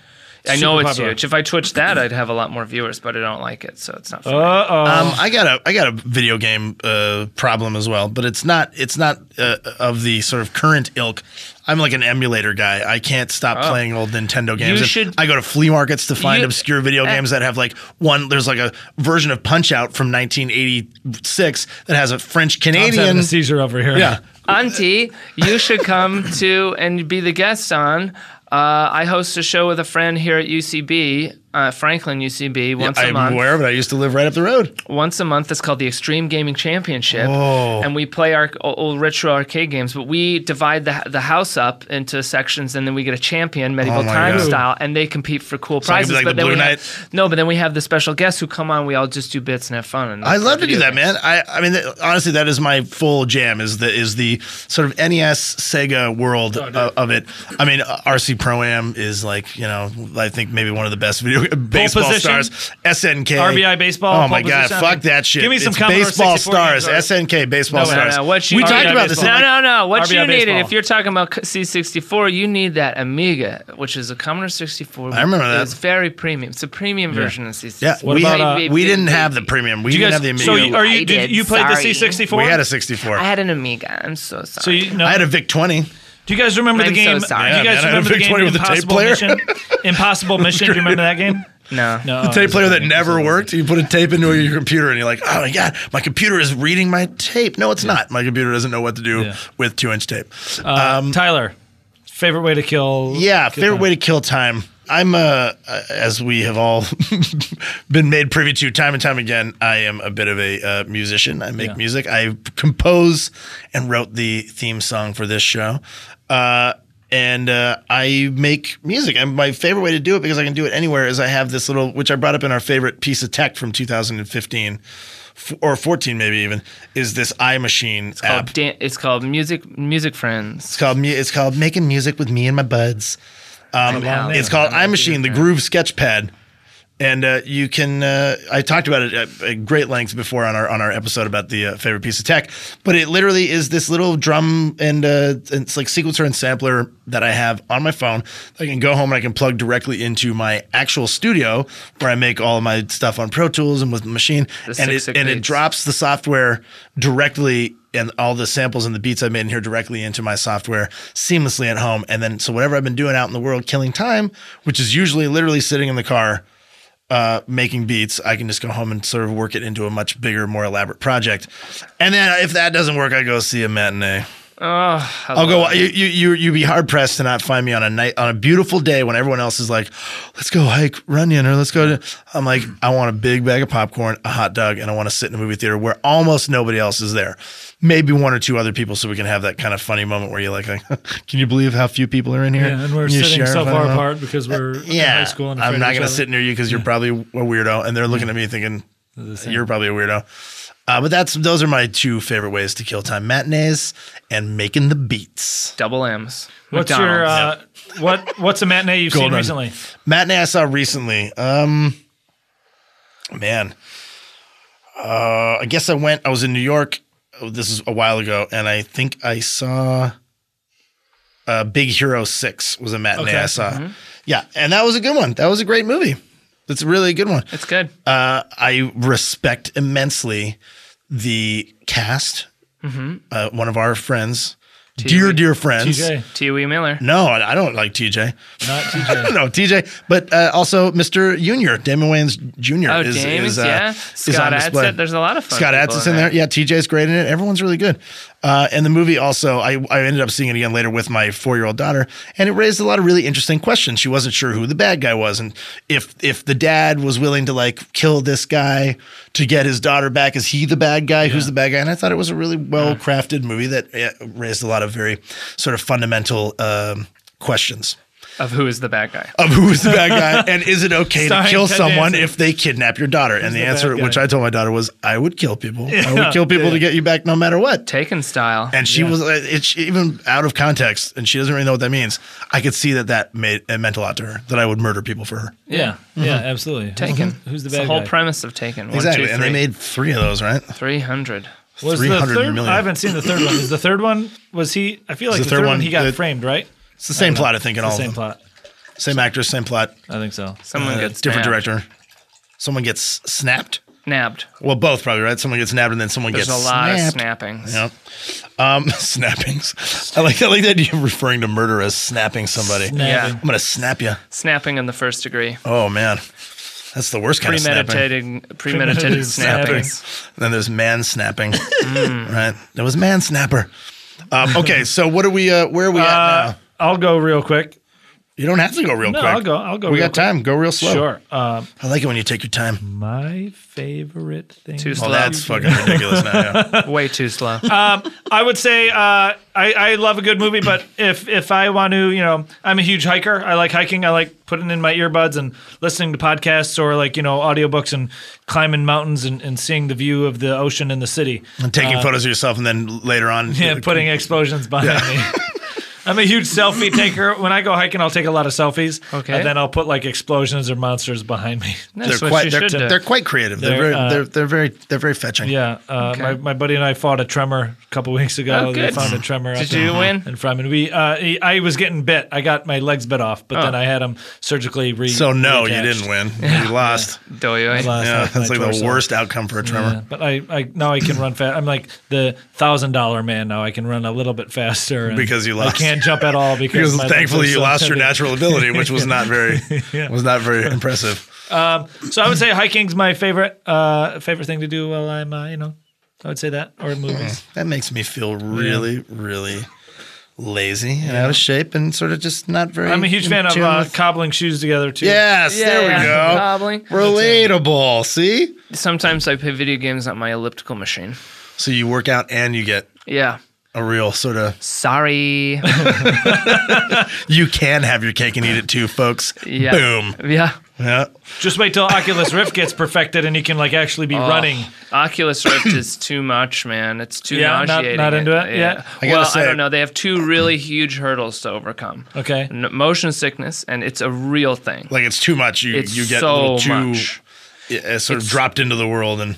S6: I know
S5: super
S6: it's
S5: popular.
S6: huge. If I twitched that, I'd have a lot more viewers, but I don't like it, so it's not. Fun.
S5: Uh oh.
S4: Um, I got a I got a video game uh, problem as well, but it's not it's not uh, of the sort of current ilk. I'm like an emulator guy. I can't stop playing old Nintendo games. And
S6: Oh. should-
S4: I go to flea markets to find
S6: You-
S4: obscure video
S6: eh.
S4: games that have like one. There's like a version of Punch Out from 1986 that has a French
S5: Tom's having
S4: Canadian.
S5: a seizure over here.
S4: Yeah,
S6: Auntie, you should come to and be the guest on. Uh, I host a show with a friend here at UCB, uh, Franklin UCB, once a
S4: I'm
S6: month.
S4: aware of it. I used to live right up the road.
S6: once a month. It's called the Extreme Gaming Championship,
S4: Oh.
S6: and we play our o- old retro arcade games. But we divide the the house up into sections, and then we get a champion, medieval
S4: Oh my
S6: time
S4: God.
S6: style, and they compete for cool
S4: I could
S6: prizes.
S4: be like
S6: but
S4: the
S6: then
S4: Blue
S6: we
S4: Knight?
S6: have, no, but then we have the special guests who come on. We all just do bits and have fun. And
S4: I love to do
S6: video
S4: that,
S6: games.
S4: man. I, I mean, th- honestly, that is my full jam. Is the is the sort of NES Sega world
S5: Oh,
S4: o- of it. I mean, uh, RC Pro Am is like you know, I think maybe one of the best video baseball
S5: position?
S4: stars. SNK,
S5: RBI baseball,
S4: Oh my
S5: pole
S4: god,
S5: position?
S4: fuck that shit.
S5: Give me some
S4: It's
S5: Commodore
S4: baseball
S5: 64 games,
S4: stars.
S5: all right.
S4: SNK baseball
S5: No, no,
S6: No,
S4: stars.
S6: no, what you
S4: we talked
S5: RBI
S4: about this.
S5: baseball.
S6: No, no, no. What
S5: RBI
S6: you needed,
S5: baseball.
S6: if you're talking about C64, you need that Amiga, which is a Commodore 64.
S4: I remember that.
S6: It's very premium. It's a premium version of C64.
S4: Yeah,
S5: What
S4: we,
S5: about,
S4: had-
S6: uh,
S4: we didn't have the premium. We
S5: Do you
S4: didn't have
S5: guys?
S4: the Amiga.
S5: so you, are
S6: I
S5: you? Did,
S6: did,
S5: you played the
S6: sorry.
S5: C sixty four?
S4: we had a 64.
S6: I had an Amiga. I'm so sorry.
S5: So you, no,
S4: I had a VIC 20.
S5: do you guys remember the
S6: I'm so
S5: game?
S6: sorry.
S5: Do
S4: Yeah,
S5: you
S4: man, I had
S5: guys
S4: a
S5: remember the
S4: Vic
S5: game
S4: 20 with a tape
S5: Impossible
S4: player.
S5: Mission? Impossible Mission. Do you remember that game?
S6: no.
S5: No.
S4: tape player that never worked. You put a tape into your computer and you're like, oh my God, my computer is reading my tape. No, it's not. My computer doesn't know what to do
S5: Yeah.
S4: with two inch tape.
S5: Um, Tyler, favorite way to kill?
S4: yeah,
S5: kill
S4: favorite
S5: time?
S4: way to kill time. I'm, uh, as we have all been made privy to time and time again, I am a bit of a uh, musician. I make
S5: Yeah.
S4: music. I compose and wrote the theme song for this show. Uh, and uh, I make music. And my favorite way to do it, because I can do it anywhere, is I have this little, which I brought up in our favorite piece of tech from 2015 f- or 14 maybe even, is this iMachine app.
S6: Called Dan- it's called Music Music Friends.
S4: It's called mu- it's called making music with me and my buds. Um,
S6: know.
S4: it's called iMachine, the Groove Sketchpad, and uh, you can. Uh, I talked about it at, at great length before on our on our episode about the uh, favorite piece of tech, but it literally is this little drum and, uh, and it's like sequencer and sampler that I have on my phone. I can go home and I can plug directly into my actual studio where I make all of my stuff on Pro Tools and with the machine,
S6: The
S4: and it,
S6: 668s.
S4: and it drops the software directly and all the samples and the beats I made in here directly into my software seamlessly at home. And then, so whatever I've been doing out in the world, killing time, which is usually literally sitting in the car uh, making beats, I can just go home and sort of work it into a much bigger, more elaborate project. And then if that doesn't work, I go see a matinee.
S5: Ah,
S4: I'll go. You you you you'd be hard pressed to not find me on a night on a beautiful day when everyone else is like, let's go hike Runyon or let's go. To, I'm like, I want a big bag of popcorn, a hot dog, and I want to sit in a movie theater where almost nobody else is there. Maybe one or two other people, so we can have that kind of funny moment where you're like, like can you believe how few people are in here?
S5: Yeah, and we're
S4: Can you
S5: sitting
S4: share
S5: so
S4: a
S5: far
S4: photo?
S5: apart because we're
S4: Yeah,
S5: in high school. And
S4: I'm
S5: afraid
S4: not
S5: of each
S4: gonna
S5: other.
S4: sit near you because you're probably a weirdo, and they're looking at me thinking you're probably a weirdo. Uh, but that's those are my two favorite ways to kill time: matinees and making the beats.
S6: Double M's.
S5: What's your
S6: McDonald's.
S5: uh, what What's a matinee you've seen
S4: Golden.
S5: recently?
S4: matinee I saw recently. Um, man, uh, I guess I went. I was in New York. oh, This is a while ago, and I think I saw uh, Big Hero Six was a matinee
S5: Okay. Mm-hmm.
S4: I saw. Yeah, and that was a good one. That was a great movie. That's a really good one.
S6: It's good.
S4: Uh, I respect immensely the cast. Uh, one of our friends, dear dear friends.
S5: TJ,
S6: T.U.E. E. Miller.
S4: No, I I don't like TJ.
S5: not TJ.
S4: No, TJ, but uh, also Mr. Junior, Damon Wayans Jr.
S6: Oh,
S4: is,
S6: James,
S4: is, uh,
S6: yeah.
S4: is on
S6: Scott
S4: display.
S6: Adsit. There's a lot of fun.
S4: Scott
S6: people
S4: Adset's in there. Yeah, TJ's great in it. Everyone's really good. Uh, and the movie also, I, I ended up seeing it again later with my four year old daughter, and it raised a lot of really interesting questions. She wasn't sure who the bad guy was, and if if the dad was willing to like kill this guy to get his daughter back, is he the bad guy? Who's the bad guy? And I thought it was a really well crafted movie that uh, raised a lot of very sort of fundamental um, questions
S6: Of who is the bad guy.
S4: of who is the bad guy and is it okay to
S5: Starring
S4: kill
S5: Ted
S4: someone
S5: Danson.
S4: if they kidnap your daughter? and the,
S5: the
S4: answer,
S5: bad guy?
S4: which I told my daughter, was I would kill people. I would kill people to get you back no matter what.
S6: Taken style.
S4: And she was uh, it's even out of context, and she doesn't really know what that means. I could see that that made it meant a lot to her that I would murder people for her.
S5: yeah,
S4: Mm-hmm.
S5: yeah, absolutely.
S6: Taken.
S5: Who's the
S6: It's
S5: bad
S6: whole
S5: guy?
S6: premise of Taken. One,
S4: exactly,
S6: two,
S4: and they
S6: three.
S4: made three of those, right?
S6: three hundred.
S5: Was the
S4: 300
S5: third?
S4: million.
S5: I haven't seen the third one. Is the third one? Was he? I feel like the, third, one, he got
S4: the-
S5: framed, right?
S4: It's the same plot, I think, in all
S5: Same
S4: of them.
S5: plot.
S4: Same actress, same plot,
S5: I think so.
S6: Someone
S4: uh,
S6: gets
S4: different
S6: nabbed.
S4: director. Someone gets snapped.
S6: Nabbed.
S4: Well, both probably, right? Someone gets nabbed, and then someone
S6: There's a
S4: gets
S6: lot
S4: snapped.
S6: of snappings.
S4: Yep. Um, snappings. I like I like that you're referring to murder as snapping somebody.
S6: Yeah.
S4: I'm gonna snap you.
S6: Snapping in the first degree.
S4: Oh man, that's the worst kind of snapping.
S6: Premeditating premeditated
S5: snapping.
S6: snappings.
S4: Then there's man snapping, Mm. right? There was man snapper. Um, okay, so what are we? Uh, where are we at
S5: Uh,
S4: now?
S5: I'll go real quick.
S4: You don't have to go real
S5: No,
S4: quick.
S5: I'll go. I'll go.
S4: We
S5: real
S4: got
S5: quick.
S4: time. Go real slow.
S5: Sure. Mm. Um,
S4: I like it when you take your time.
S5: my favorite thing.
S6: Too
S4: Well,
S6: slow.
S4: that's fucking ridiculous now. yeah.
S6: Way too slow.
S5: I would say uh, I, I love a good movie, but if if I want to, you know, I'm a huge hiker. I like hiking. I like putting in my earbuds and listening to podcasts or like you know audiobooks and climbing mountains and, and seeing the view of the ocean and the city.
S4: And taking photos of yourself, and then later on,
S5: Uh, Yeah, putting explosions behind me. I'm a huge selfie taker. When I go hiking, I'll take a lot of selfies.
S6: Okay.
S5: And then I'll put like explosions or monsters behind me.
S4: they're
S6: That's what
S4: quite
S6: you
S4: they're,
S6: should do.
S4: they're quite creative. They're,
S5: They're,
S4: very
S5: uh,
S4: they're, they're very they're very fetching.
S5: Yeah, uh, my, my buddy and I fought a tremor a couple weeks ago.
S6: Oh,
S5: they
S6: good.
S5: found a tremor.
S6: Did you win?
S5: And from and we, uh, I was getting bit. I got my legs bit off, but
S6: Oh.
S5: then I had them surgically re.
S4: So no, you
S5: reattached.
S4: didn't win. You lost.
S6: Doyoy.
S5: Lost
S4: Yeah,
S5: half my
S4: that's like the
S5: torso.
S4: worst outcome for a
S5: Yeah,
S4: tremor.
S5: but I, I now I can run fast. I'm like the thousand dollar man now. I can run a little bit faster and
S4: Because you
S5: I
S4: lost.
S5: can't jump at all because,
S4: Because
S5: my legs
S4: thankfully
S5: are
S4: you
S5: so
S4: lost your
S5: heavy.
S4: natural ability, which was not very was not very impressive.
S5: So I would say hiking's my favorite uh, favorite thing to do while I'm uh, you know I would say that or movies.
S4: That makes me feel really, really lazy and out of shape and sort of just not very.
S5: I'm a huge
S4: in
S5: fan of
S4: tune
S5: uh,
S4: with-
S5: cobbling shoes together too.
S4: yes, there we go.
S6: Hobbling.
S4: Relatable. See,
S6: Sometimes I play video games on my elliptical machine.
S4: so you work out and you get
S6: Yeah.
S4: a real sort of
S6: Sorry.
S4: you can have your cake and eat it too, folks.
S6: Yeah.
S4: Boom.
S6: Yeah.
S4: Yeah.
S5: Just wait till Oculus Rift gets perfected and you can like actually
S4: Oh.
S5: be running.
S6: Oculus Rift is too much, man. It's too
S5: Yeah, not-
S6: nauseating.
S5: not into it? Yeah.
S4: I gotta
S6: well,
S4: say-
S6: I don't know. They have two really huge hurdles to overcome.
S5: Okay.
S6: N- motion sickness, and it's a real thing.
S4: Like it's too much. You
S6: It's
S4: you get
S6: so
S4: a little too
S6: much.
S4: yeah, sort of dropped into the world and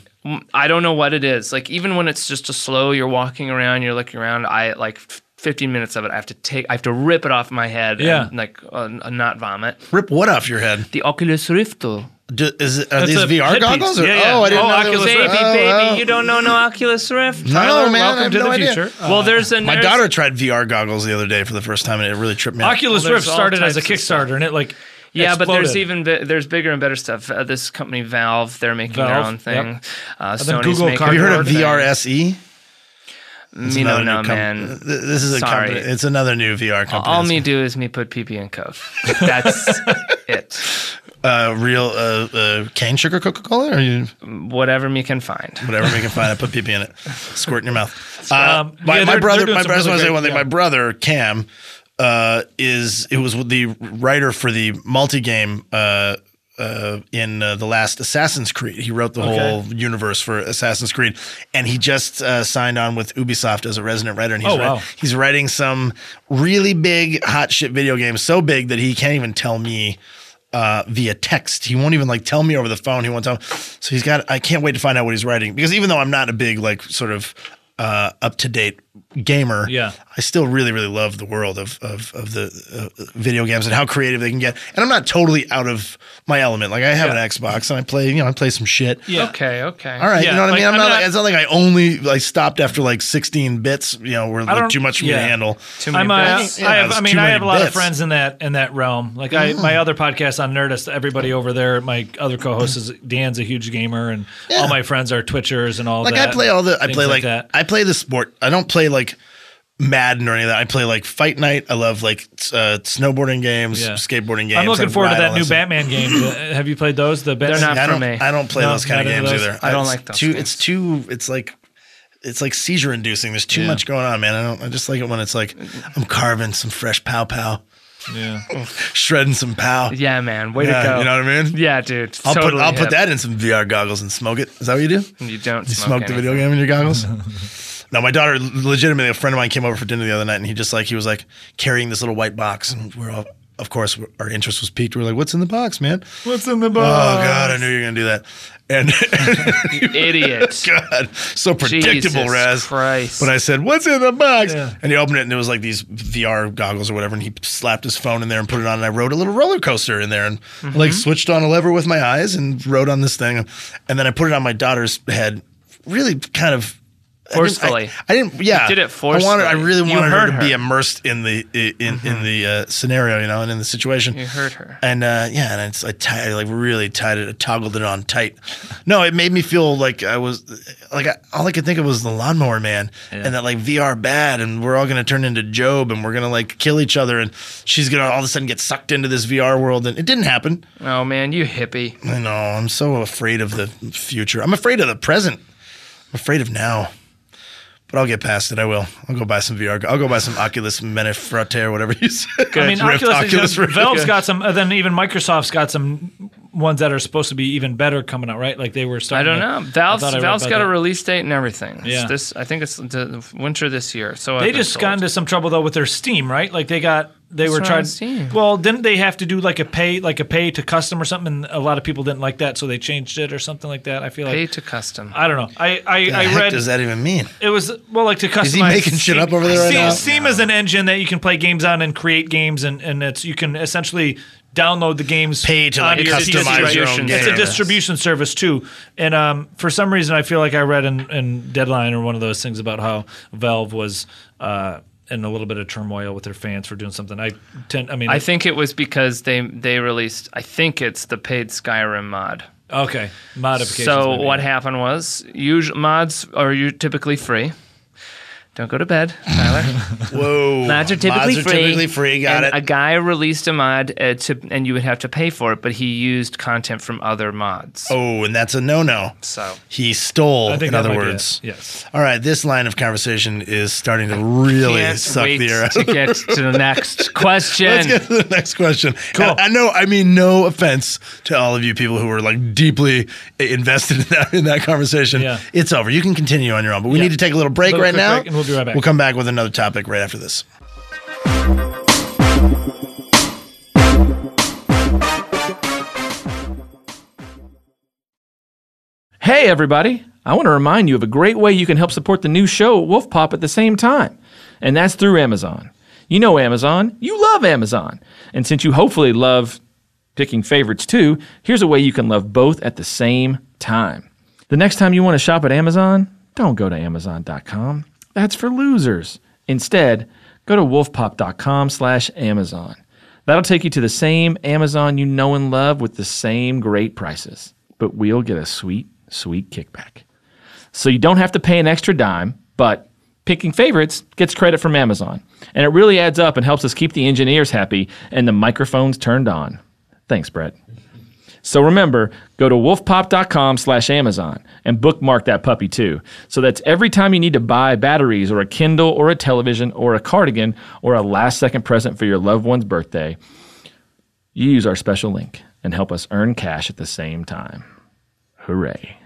S6: I don't know what it is. Like even when it's just a slow, you're walking around, you're looking around. I like f- 15 minutes of it. I have to take. I have to rip it off my head.
S5: Yeah.
S6: And, like uh, n- not vomit.
S4: rip what off your head.
S6: The Oculus Rift. though.
S4: Do, is it, are
S5: That's
S4: these
S5: a
S4: VR
S5: headpiece.
S4: goggles? Or,
S5: Yeah, yeah.
S4: Oh, I didn't
S5: Oh,
S4: know there
S5: Oculus
S4: was a-
S6: Baby,
S4: oh,
S6: baby,
S4: oh.
S6: you don't know no Oculus Rift.
S4: No, man, I
S5: Welcome
S4: have
S5: to
S4: no
S5: the
S4: idea. Uh,
S5: future.
S6: Well, there's a
S4: My
S6: nurse-
S4: daughter tried VR goggles the other day for the first time, and it really tripped me. out.
S5: Oculus
S6: Well,
S5: Rift
S6: there's all
S5: started as a
S6: types of stuff.
S5: Kickstarter and it like
S6: Yeah, but there's
S5: exploded.
S6: even bi- there's bigger and better stuff. Uh, this company Valve, they're making their
S5: Valve,
S6: own thing.
S5: yep.
S6: Uh,
S5: then
S6: Sony's
S5: Google
S6: making
S4: Have you heard of
S6: their own thing.
S4: VRSE? It's
S6: Me no,
S4: E? another new
S6: no,
S4: com-
S6: man.
S4: Th- This is a
S6: Sorry.
S4: company. It's another new VR company.
S6: All
S4: It's
S6: me do is me put pee pee in coke. That's it.
S4: uh, real uh, uh, cane sugar Coca Cola or you,
S6: Whatever me can find.
S4: whatever we can find. I put pee pee in it, squirt in your mouth. Uh,
S5: Um,
S4: my,
S5: yeah,
S4: my
S5: they're-
S4: brother,
S5: they're doing
S4: my
S5: some
S4: brother, I just
S5: really
S4: want to say
S5: great-
S4: one thing.
S5: yeah.
S4: My brother Cam uh, is it was the writer for the multi game. Uh, uh, in uh, the last Assassin's Creed, he wrote the whole universe for Assassin's Creed, and he just uh, signed on with Ubisoft as a resident writer. And he's,
S5: Oh,
S4: writ-
S5: wow.
S4: he's writing some really big hot shit video game, so big that he can't even tell me uh, via text. He won't even like tell me over the phone. He won't tell. So he's got. I can't wait to find out what he's writing because even though I'm not a big like sort of uh, up to date gamer,
S5: Yeah.
S4: I still really really love the world of of, of the uh, video games and how creative they can get. And I'm not totally out of my element. Like I have
S5: Yeah.
S4: an Xbox and I play. You know, I play some shit.
S5: yeah.
S6: Okay, okay.
S4: All right,
S5: Yeah,
S4: you know what
S5: like,
S4: I mean. I'm,
S5: I'm
S4: not.
S5: not-
S4: like, it's not like I only like stopped after like 16 bits. You know, were like,
S5: don't-
S4: too much for me
S5: yeah.
S4: to handle.
S6: Too many
S5: I'm uh, a, I,
S6: bits.
S4: Yeah,
S5: have,
S4: it's
S5: I
S4: too
S5: mean, I
S4: many
S5: have a lot
S4: bits.
S5: of friends in that in that realm. Like I, my other podcast on Nerdist, everybody over there, my other co-host is Dan's a huge gamer, and all my friends are Twitchers and all
S4: like
S5: that.
S4: I play all the I
S5: things
S4: play like,
S5: that.
S4: I play the sport. I don't play like Madden or any of that. I play like Fight Night. I love like s- uh, snowboarding games,
S5: Yeah.
S4: skateboarding games.
S5: I'm looking
S4: I
S5: forward to
S4: ride
S5: that
S4: all
S5: new
S4: stuff.
S5: Batman game. Uh, have you played those? The Batman.
S6: not-
S4: I
S6: for
S4: don't.
S6: me.
S4: I don't play
S5: No,
S4: those kind of
S5: not into
S4: games
S5: those.
S4: either.
S6: I don't
S4: It's
S6: like those
S4: Too,
S6: games.
S4: It's too. It's like. It's like seizure inducing. There's too much going on, man. I don't. I just like it when it's like I'm carving some fresh pow pow,
S5: Yeah.
S4: shredding some pow.
S6: Yeah, man. Way
S4: Yeah,
S6: to go.
S4: you know what I mean.
S6: yeah, dude.
S4: I'll
S6: totally
S4: put I'll
S6: hip.
S4: put that in some VR goggles and smoke it. Is that what you do?
S6: You don't
S4: You
S6: smoke,
S4: smoked the video game in your goggles? no, my daughter, legitimately, a friend of mine came over for dinner the other night, and he just like he was like carrying this little white box, and we're all, of course, we're- our interest was piqued. We're like, "What's in the box, man?"
S5: What's in the
S4: Oh
S5: box?
S4: God, I knew you were gonna do that, and
S6: game. Idiot.
S4: God, so predictable,
S6: Jesus
S4: Raz.
S6: Christ.
S4: When I said, "What's in the box?"
S5: Yeah.
S4: and he opened it, and it was like these VR goggles or whatever, and he slapped his phone in there and put it on, and I rode a little roller coaster in there, and
S6: Mm-hmm.
S4: like switched on a lever with my eyes and rode on this thing, and then I put it on my daughter's head, really kind of. I didn't-
S6: Forcefully.
S4: I, I didn't. Yeah,
S6: did it
S4: I wanted. I
S6: forcefully.
S4: really
S6: You
S4: wanted her
S6: heard
S4: to be
S6: her. Mm-hmm.
S4: immersed in the in in the uh, scenario, you know, and in the situation.
S6: You heard her.
S4: And uh, yeah, and it's, I, ti- I like really tied it, I toggled it on tight. No, it made me feel like I was like I, all I could think of was the lawnmower man, and that like VR bad, and we're all gonna turn into Job, and we're gonna like kill each other, and she's gonna all of a sudden get sucked into this VR world, and it didn't happen.
S6: oh man, you hippie.
S4: I know I'm so afraid of the future. I'm afraid of the present. I'm afraid of now. But I'll get past it. I will. I'll go buy some VR. I'll go buy some Oculus Menefrate or whatever you said.
S5: I mean,
S4: Rift,
S5: Oculus,
S4: Rift.
S5: Valve's got some, and then even Microsoft's got some ones that are supposed to be even better coming out, right? Like they were
S6: I
S5: starting.
S6: don't
S5: to-
S6: know.
S5: I
S6: Valve's
S5: thought I read
S6: Valve's
S5: about
S6: got a
S5: that.
S6: release date and everything. It's
S5: Yeah.
S6: This I think it's the winter this year. So
S5: They just got into some trouble though with their Steam, right? Like they got they were
S6: wrong
S5: trying.
S6: with Steam?
S5: Well, didn't they have to do like a pay like a pay to custom or something? And a lot of people didn't like that, so they changed it or something like that. I feel
S6: pay
S5: like
S6: to custom.
S5: I don't know. I I,
S4: the
S5: I
S4: heck
S5: read
S4: does that even mean?
S5: it was well like to customize.
S4: Is he making shit up over there right
S5: Steam,
S4: now?
S5: Steam is an engine that you can play games on and create games, and and it's you can essentially download the games
S4: Pay to, like,
S5: onto your PC,
S4: customize
S6: your
S5: right?
S6: own
S5: It's a
S6: game.
S5: distribution service too, and um, for some reason I feel like I read in, in Deadline or one of those things about how Valve was. Uh, in a little bit of turmoil with their fans for doing something. I tend, I mean,
S6: I think it was because they they released. I think it's the paid Skyrim mod.
S5: okay, modifications.
S6: So
S5: maybe.
S6: what happened was, usual mods are you typically free. Don't go to bed, Tyler.
S4: Whoa.
S6: Mods are typically
S4: Mods are
S6: free.
S4: typically free. Got
S6: and
S4: it.
S6: A guy released a mod uh, to, and you would have to pay for it, but he used content from other mods.
S4: oh, and that's a no-no.
S6: So
S4: He stole,
S5: I think
S4: in
S5: that
S4: other
S5: might be it.
S4: words.
S5: yes.
S4: All right, this line of conversation is starting to really
S6: can't
S4: suck
S6: wait
S4: the air out.
S6: to get to the next question.
S4: Let's get to the next question. And I know, I mean, no offense to all of you people who were like deeply i- invested in that, in that conversation.
S5: Yeah.
S4: It's over. You can continue on your own, but we
S5: Yeah.
S4: need to take a little break
S5: Little
S4: right
S5: quick
S4: now.
S5: break and we'll be right back.
S4: We'll come back with another topic right after this.
S7: Hey, everybody! I want to remind you of a great way you can help support the new show at Wolf Pop at the same time, and that's through Amazon. You know Amazon, you love Amazon. And since you hopefully love picking favorites too, here's a way you can love both at the same time. The next time you want to shop at Amazon, don't go to Amazon.com. That's for losers. Instead, go to wolfpop.com slash Amazon. That'll take you to the same Amazon you know and love with the same great prices. But we'll get a sweet, sweet kickback. So you don't have to pay an extra dime, but picking favorites gets credit from Amazon. And it really adds up and helps us keep the engineers happy and the microphones turned on. Thanks, Brett. So remember, go to wolfpop.com slash Amazon and bookmark that puppy too. So that's every time you need to buy batteries or a Kindle or a television or a cardigan or a last second present for your loved one's birthday, you use our special link and help us earn cash at the same time. Hooray.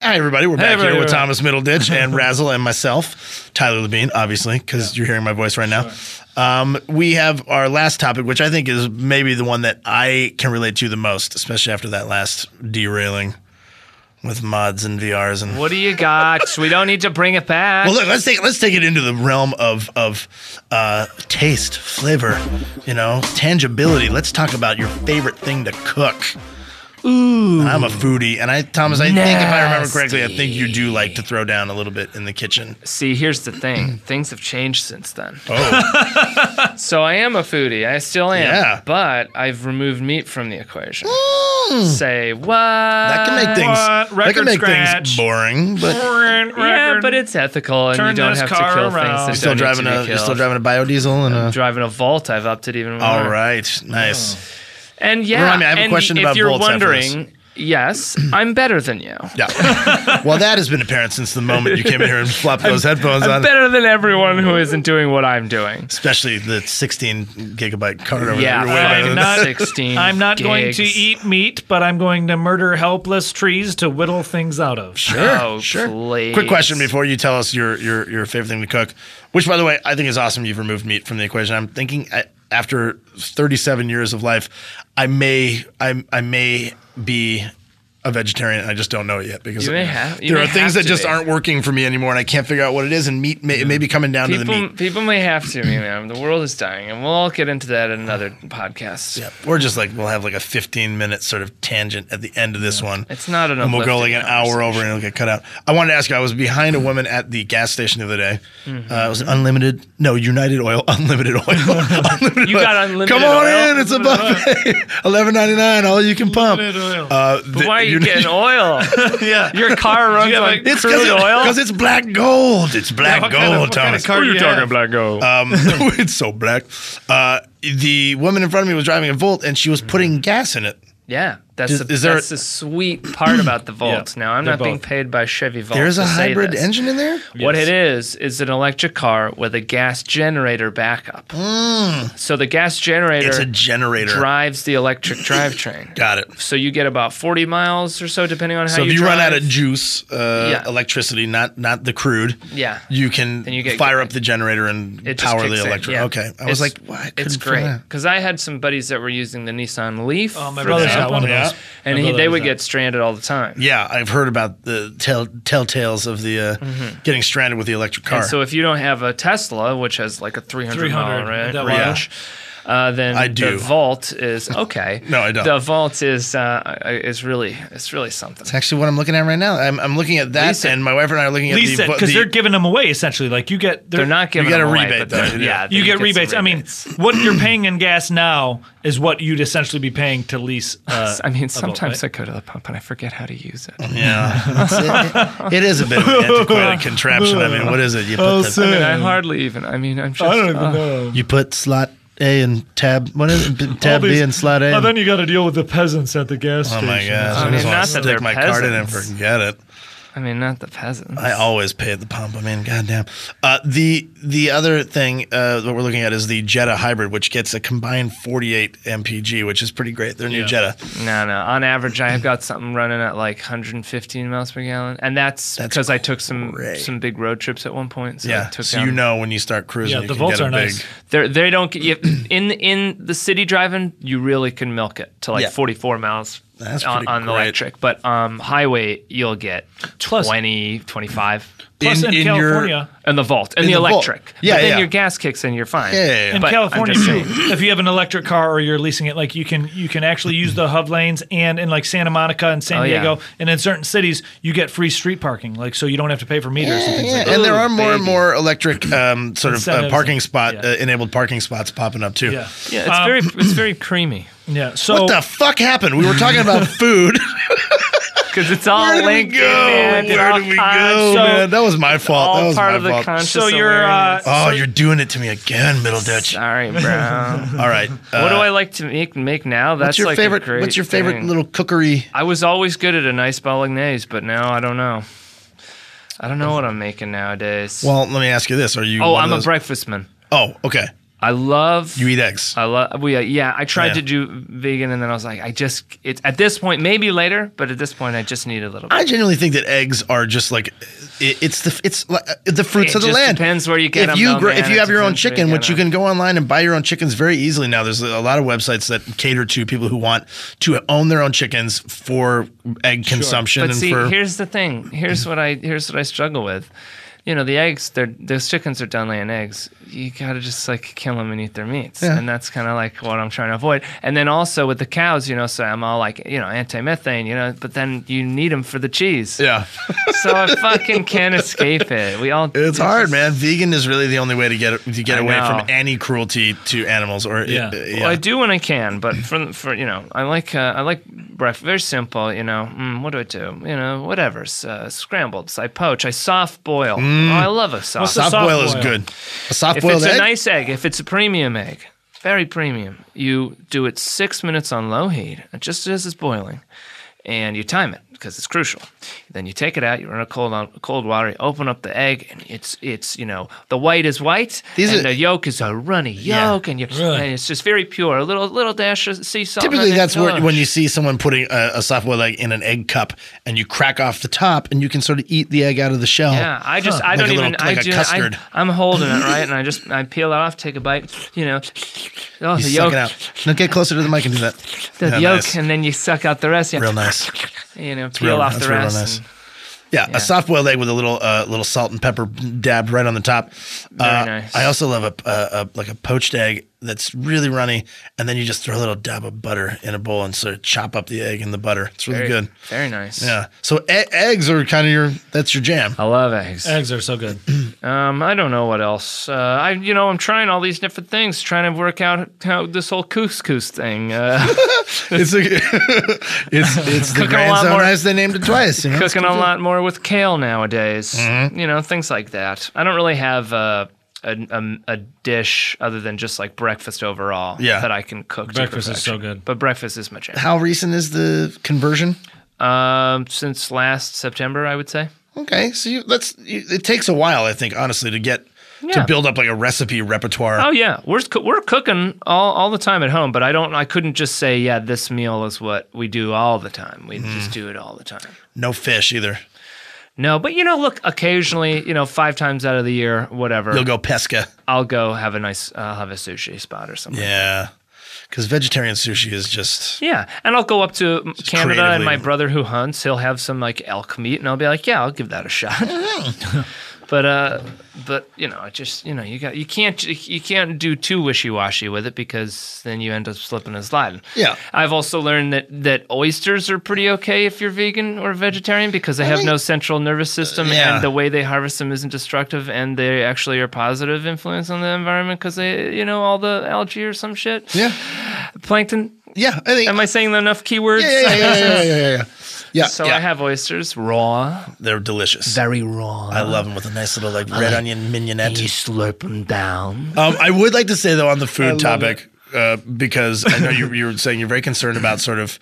S4: Hi, everybody. We're back here
S5: everybody.
S4: with Thomas Middleditch and Razzle and myself, Tyler Labine, obviously, because you're hearing my voice right now. Um, we have our last topic, which I think is maybe the one that I can relate to the most, especially after that last derailing with mods and VRs and
S6: What do you got? We don't need to bring it back.
S4: Well, look, let's take let's take it into the realm of of uh, taste, flavor, you know, tangibility. Let's talk about your favorite thing to cook. Ooh, I'm a foodie, and I, Thomas, I think if I remember correctly, I think you do like to throw down a little bit in the kitchen.
S6: See, here's the thing. Things have changed since then.
S4: Oh.
S6: so I am a foodie. I still am.
S4: Yeah. Mm.
S6: But I've removed meat from the equation. Say what?
S4: That
S6: That
S4: can make things
S6: Uh,
S4: that
S5: What?
S4: can
S5: Record
S4: make
S5: scratch.
S4: things boring, but
S6: Yeah, but it's ethical, and
S5: Turn
S6: you don't
S5: this
S6: have to
S5: car
S6: kill
S5: around.
S6: things that
S5: You're
S4: still
S6: don't
S4: driving
S6: need to
S4: a
S6: be
S4: you're
S6: killed.
S4: still driving a biodiesel and a.
S6: Driving a Volt. I've upped it even more.
S4: All right, nice.
S6: And yeah,
S4: Remind me, I have a
S6: and
S4: question
S6: if
S4: about
S6: you're
S4: Volts after this.
S6: wondering, yes, I'm better than you.
S4: Yeah. well, that has been apparent since the moment you came in here and flopped those headphones
S6: I'm
S4: on.
S6: better than everyone who isn't doing what I'm doing.
S4: Especially the 16 gigabyte card over
S6: Yeah,
S4: there. You're way better
S5: I'm
S4: than
S5: not-
S4: that.
S6: 16
S5: I'm not going to
S6: gigs.
S5: eat meat, but I'm going to murder helpless trees to whittle things out of.
S4: Sure,
S6: Oh,
S4: sure.
S6: please.
S4: Quick question before you tell us your, your your favorite thing to cook, which by the way I think is awesome. You've removed meat from the equation. I'm thinking I, after 37 years of life, I may I I may be a vegetarian. I just don't know it yet because
S6: You may have- you
S4: there
S6: may
S4: are things
S6: have
S4: that
S6: to
S4: just
S6: be.
S4: aren't working for me anymore, and I can't figure out what it is. And meat may, it may be coming down to the
S6: People,
S4: meat.
S6: people may have to, you know. The world is dying, and we'll all get into that in another podcast.
S4: Yeah, or just like we'll have like a 15 minute sort of tangent at the end of this one.
S6: It's not an
S4: and we'll go like
S6: uplifting
S4: an hour over and it'll get cut out. I wanted to ask you. I was behind a woman at the gas station the other day. Uh, it was an unlimited, no United Oil, unlimited oil. Unlimited
S6: Mm-hmm. You
S4: oil.
S6: got unlimited
S4: Come on
S6: oil?
S4: in, it's a buffet. Eleven ninety nine, all you can pump. Uh, the-
S6: Why are you
S4: Uni-
S6: getting oil?
S4: yeah,
S6: Your car runs
S5: have
S6: on
S5: a-
S4: it's
S6: crude
S4: because
S6: oil.
S4: it's black gold. It's black
S5: what
S4: gold,
S5: kind of- what kind of
S4: Thomas.
S5: car What are you you talking have?
S4: black gold? Um, it's so black. Uh, the woman in front of me was driving a Volt, and she was putting gas in it.
S6: yeah, that's
S4: Is-
S6: the,
S4: is there-
S6: that's the sweet part about the Volt. now I'm
S5: they're
S6: not being
S5: both.
S6: paid by Chevy Volt.
S4: There's a
S6: Oh, to say
S4: hybrid
S6: this.
S4: engine in there.
S6: What it is is an electric car with a gas generator backup. So the gas generator
S4: It's a generator.
S6: drives the electric drivetrain.
S4: Got it.
S6: So you get about 40 miles or so, depending on how
S4: So
S6: you
S4: if you
S6: drive.
S4: run out of juice, uh,
S6: Yeah.
S4: electricity, not not the crude,
S6: Yeah.
S4: you can
S6: Then you get
S4: fire
S6: going.
S4: up the generator and
S6: It just
S4: power
S6: kicks
S4: the
S6: in,
S4: electric.
S6: yeah.
S4: Okay, I
S6: It's-
S4: was like, why?
S6: It's great because I had some buddies that were using the Nissan Leaf,
S5: Oh, my
S6: for
S5: brother's got
S6: example,
S5: one of
S4: Yeah.
S5: those.
S6: and
S5: My
S6: he,
S5: brother
S6: they
S5: has
S6: would
S5: that.
S6: get stranded all the time.
S4: Yeah, I've heard about the tell telltales of the uh,
S6: Mm-hmm.
S4: getting stranded with the electric car.
S6: And so if you don't have a Tesla, which has like a 300,
S5: 300,
S6: mile ra-
S5: that wattage.
S6: range, Uh, then
S4: I do.
S6: the vault is okay.
S4: No, I don't.
S6: The vault is uh, is really it's really something.
S4: It's actually what I'm looking at right now. I'm, I'm looking at that,
S6: Lisa.
S4: and my wife and I are looking at
S5: Lisa,
S4: the.
S5: because
S4: the-
S5: they're giving them away essentially. Like you get,
S6: They're not giving
S4: get
S6: them
S4: a
S6: away,
S4: rebate,
S6: but they're-
S4: though, yeah.
S6: yeah,
S5: You
S6: they
S5: get
S6: some
S5: rebates. I mean,
S6: rebates.
S5: what you're paying in gas now is what you'd essentially be paying to lease. Uh,
S6: I
S5: a
S6: mean,
S5: boat,
S6: sometimes I
S5: right?
S6: go to the pump and I forget how to use it.
S4: yeah, It's- it- it is a bit of an antiquated contraption. I mean, what is it? You
S5: Oh,
S4: put, the-
S6: I mean, I hardly even. I mean, I'm just. uh,
S5: know.
S4: you put slot A and tab. What is it? B- Tab
S5: these-
S4: B and slot A.
S5: Oh, then you got to deal with the peasants at the gas
S4: Oh
S5: station.
S4: my gosh!
S6: I
S4: I,
S6: mean,
S4: just want
S6: not
S4: to
S6: that they're
S4: stick my card in and
S6: peasants.
S4: forget it.
S6: I mean, not the peasants.
S4: I always pay at the pump. I mean, goddamn. Uh, the the other thing uh, that we're looking at is the Jetta hybrid, which gets a combined 48 mpg, which is pretty great. Their new Jetta.
S6: No, no. On average, I have got something running at like 115 miles per gallon, and that's
S4: That's
S6: because I took some
S4: great.
S6: some big road trips at one point. So I
S4: Yeah.
S6: took
S4: So you
S6: down-
S4: know when you start cruising,
S5: Yeah,
S4: you
S5: the
S4: can
S5: volts
S4: get a
S5: are
S4: big.
S5: nice.
S6: They're, they don't get you, in in the city driving. You really can milk it to like
S4: Yeah.
S6: 44 miles
S4: That's
S6: on,
S4: pretty
S6: on the
S4: great.
S6: electric, but um highway you'll get 20, 25,
S5: Plus, in,
S4: in your-
S5: California,
S6: and the vault and
S4: In
S6: the,
S4: the vault.
S6: electric.
S4: Yeah,
S6: but then
S4: yeah.
S6: your gas kicks in, you're fine.
S4: Yeah, yeah, yeah.
S5: in
S6: But I'm
S5: California
S6: just
S5: too,
S6: saying,
S5: if you have an electric car or you're leasing it, like you can you can actually use the hub lanes, and in like Santa Monica and San
S6: Oh, yeah.
S5: Diego, and in certain cities, you get free street parking, like so you don't have to pay for meters and things
S4: Yeah,
S5: like that.
S4: and there
S6: Ooh,
S4: are more and
S6: baby.
S4: more electric um, sort of uh,
S5: Incentives.
S4: parking spot
S5: Yeah.
S4: uh, enabled parking spots popping up too.
S5: Yeah,
S6: Yeah, it's very it's very creamy
S5: Um, yeah. So
S4: What the fuck happened? We were talking about food.
S6: because it's all
S4: Where did we
S6: linked.
S4: go?
S6: man. It's
S4: Where
S6: all
S4: did we
S6: con-
S4: go,
S6: so
S4: man? That was my fault. That
S6: all
S4: was
S6: part
S4: my
S6: of the
S4: fault.
S6: conscious
S5: So you're,
S6: awareness.
S5: uh,
S4: oh,
S5: so-
S4: you're doing it to me again, Middle Dutch.
S6: Sorry, bro.
S4: All right.
S6: What do
S4: uh,
S6: I like to make make now? That's
S4: What's your
S6: like a
S4: favorite?
S6: great
S4: What's your favorite
S6: thing.
S4: little cookery?
S6: I was always good at a nice bolognese, but now I don't know. I don't know what I'm making nowadays.
S4: Well, let me ask you this: Are you?
S6: oh,
S4: one
S6: I'm
S4: of
S6: a
S4: those-
S6: breakfast man.
S4: Oh, okay.
S6: I love
S4: You eat eggs.
S6: I love. Well, yeah, yeah. I tried
S4: Yeah.
S6: to do vegan, and then I was like, I just it, at this point, maybe later, but at this point, I just need a little. bit.
S4: I genuinely think that eggs are just like it, it's the it's like uh, the fruits
S6: It
S4: of the
S6: just
S4: land.
S6: depends where you get
S4: if
S6: 'em,
S4: you
S6: though,
S4: grow-
S6: man.
S4: if you
S6: It
S4: have your own
S6: depends where you
S4: chicken,
S6: get
S4: which you
S6: 'em.
S4: can go online and buy your own chickens very easily now. There's a lot of websites that cater to people who want to own their own chickens for egg consumption
S6: But
S4: and
S6: see,
S4: for
S6: here's the thing. Here's what I here's what I struggle with. You know, the eggs. They're those chickens are done laying eggs. You gotta just like kill them and eat their meats, and that's kind of like what I'm trying to avoid. And then also with the cows, you know, so I'm all like, you know, anti methane, you know, but then you need them for the cheese.
S4: yeah.
S6: So I fucking can't escape it. We all.
S4: It's hard,
S6: just-
S4: man. Vegan is really the only way to get to get
S6: I
S4: away
S6: know.
S4: from any cruelty to animals or
S5: Yeah.
S4: uh, yeah.
S6: Well, I do when I can, but for for you know, I like uh, I like breakfast. Very simple, you know. Mm, what do I do? You know, whatever. S- Uh, scrambled. I poach. I soft boil.
S4: Mm.
S6: Oh, I love a soft.
S5: the
S4: soft,
S5: soft
S4: boil is
S5: boil.
S4: good. A soft
S6: if it's
S4: boiled
S6: a
S4: egg.
S6: nice egg, if it's a premium egg, very premium, you do it six minutes on low heat, just as it's boiling, and you time it because it's crucial. Then you take it out, you run a cold on cold water, you open up the egg, and it's it's you know the white is white,
S4: These
S6: and
S4: are-
S6: the yolk is a runny yolk, and you
S5: Really?
S6: and it's just very pure. A little little dash of sea salt. on
S4: Typically,
S6: it.
S4: that's where,
S6: Oh,
S4: when you see someone putting a, a soft boiled egg in an egg cup, and you crack off the top, and you can sort of eat the egg out of the shell.
S6: Yeah, I just I
S4: Like
S6: don't
S4: a little-
S6: even
S4: like
S6: I
S4: a
S6: do
S4: custard.
S6: I, am holding it right, and I just I peel it off, take a bite, you know. Oh,
S4: You
S6: the
S4: suck
S6: yolk,
S4: it out. Now get closer to the mic and do that.
S6: the
S4: Yeah,
S6: yolk,
S4: nice.
S6: and then you suck out the rest. You,
S4: Real nice.
S6: you know, peel
S4: real-
S6: off
S4: that's
S6: the
S4: real
S6: rest.
S4: nice.
S6: and
S4: Yeah,
S6: Yeah.
S4: a soft boiled egg with a little uh, little salt and pepper dabbed right on the top. uh,
S6: nice.
S4: I also love a, a, a like a poached egg that's really runny, and then you just throw a little dab of butter in a bowl and sort of chop up the egg in the butter. It's really
S6: very
S4: good.
S6: Very nice.
S4: Yeah. So e- eggs are kind of your that's your jam.
S6: I love eggs.
S4: Uh,
S5: eggs are so good.
S6: Um, I don't know what else. Uh, I, you know, I'm trying all these different things, trying to work out how this whole couscous thing. Uh,
S4: It's a, it's it's the
S6: Cooking a
S4: grand
S6: lot
S4: zone
S6: more-
S4: as they named it twice. You know?
S6: cooking a lot more with kale nowadays.
S4: Mm-hmm.
S6: You know, things like that. I don't really have uh, a, a a dish other than just like breakfast overall.
S4: Yeah.
S6: that I can cook. to
S5: Breakfast is so
S6: perfection.
S5: good.
S6: but breakfast is my jam.
S4: How recent is the conversion?
S6: Um, since last September, I would say.
S4: Okay, so you, that's you, it takes a while, I think, honestly, to get to
S6: Yeah.
S4: build up like a recipe repertoire.
S6: Oh yeah, we're coo- we're cooking all, all the time at home, but I don't I couldn't just say yeah this meal is what we do all the time. We
S4: Mm.
S6: just do it all the time.
S4: No fish either.
S6: No, but you know, look, occasionally, you know, five times out of the year, whatever,
S4: You'll go pesca.
S6: I'll go have a nice, I'll have a sushi spot or something.
S4: Yeah, because vegetarian sushi is just
S6: Yeah, and I'll go up to Canada,
S4: creatively-
S6: and my brother who hunts, he'll have some like elk meat, and I'll be like, "Yeah, I'll give that a shot." But uh, but you know, it just you know, you got you can't you can't do too wishy washy with it because then you end up slipping and sliding.
S4: Yeah.
S6: I've also learned that that oysters are pretty okay if you're vegan or vegetarian because they have no central nervous system
S4: uh, yeah.
S6: and the way they harvest them isn't destructive and they actually are positive influence on the environment because they you know all the algae or some shit.
S4: Yeah.
S6: Plankton.
S4: Yeah. I think.
S6: Am I saying enough keywords?
S4: yeah, yeah, yeah, yeah, yeah, yeah, yeah. Yeah,
S6: So
S4: yeah.
S6: I have oysters raw,
S4: They're delicious.
S6: very raw.
S4: I love them with a nice little like red onion mignonette.
S6: You slurp them down.
S4: Um, I would like to say though on the food topic. Uh, because I know you, you were saying you're very concerned about sort of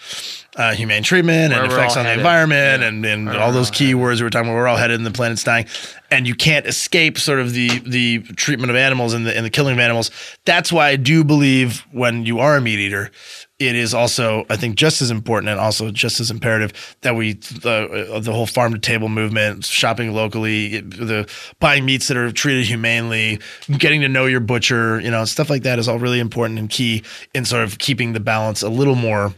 S4: uh, humane treatment
S6: Where
S4: and
S6: we're
S4: effects
S6: all
S4: on the
S6: headed.
S4: environment and, and all those key words we were talking about. We're all headed in the planet's dying, and you can't escape sort of the the treatment of animals and the and the killing of animals. That's why I do believe when you are a meat eater, it is also I think just as important and also just as imperative that we the uh, the whole farm to table movement, shopping locally, the buying meats that are treated humanely, getting to know your butcher, you know, stuff like that is all really important and key in sort of keeping the balance a little more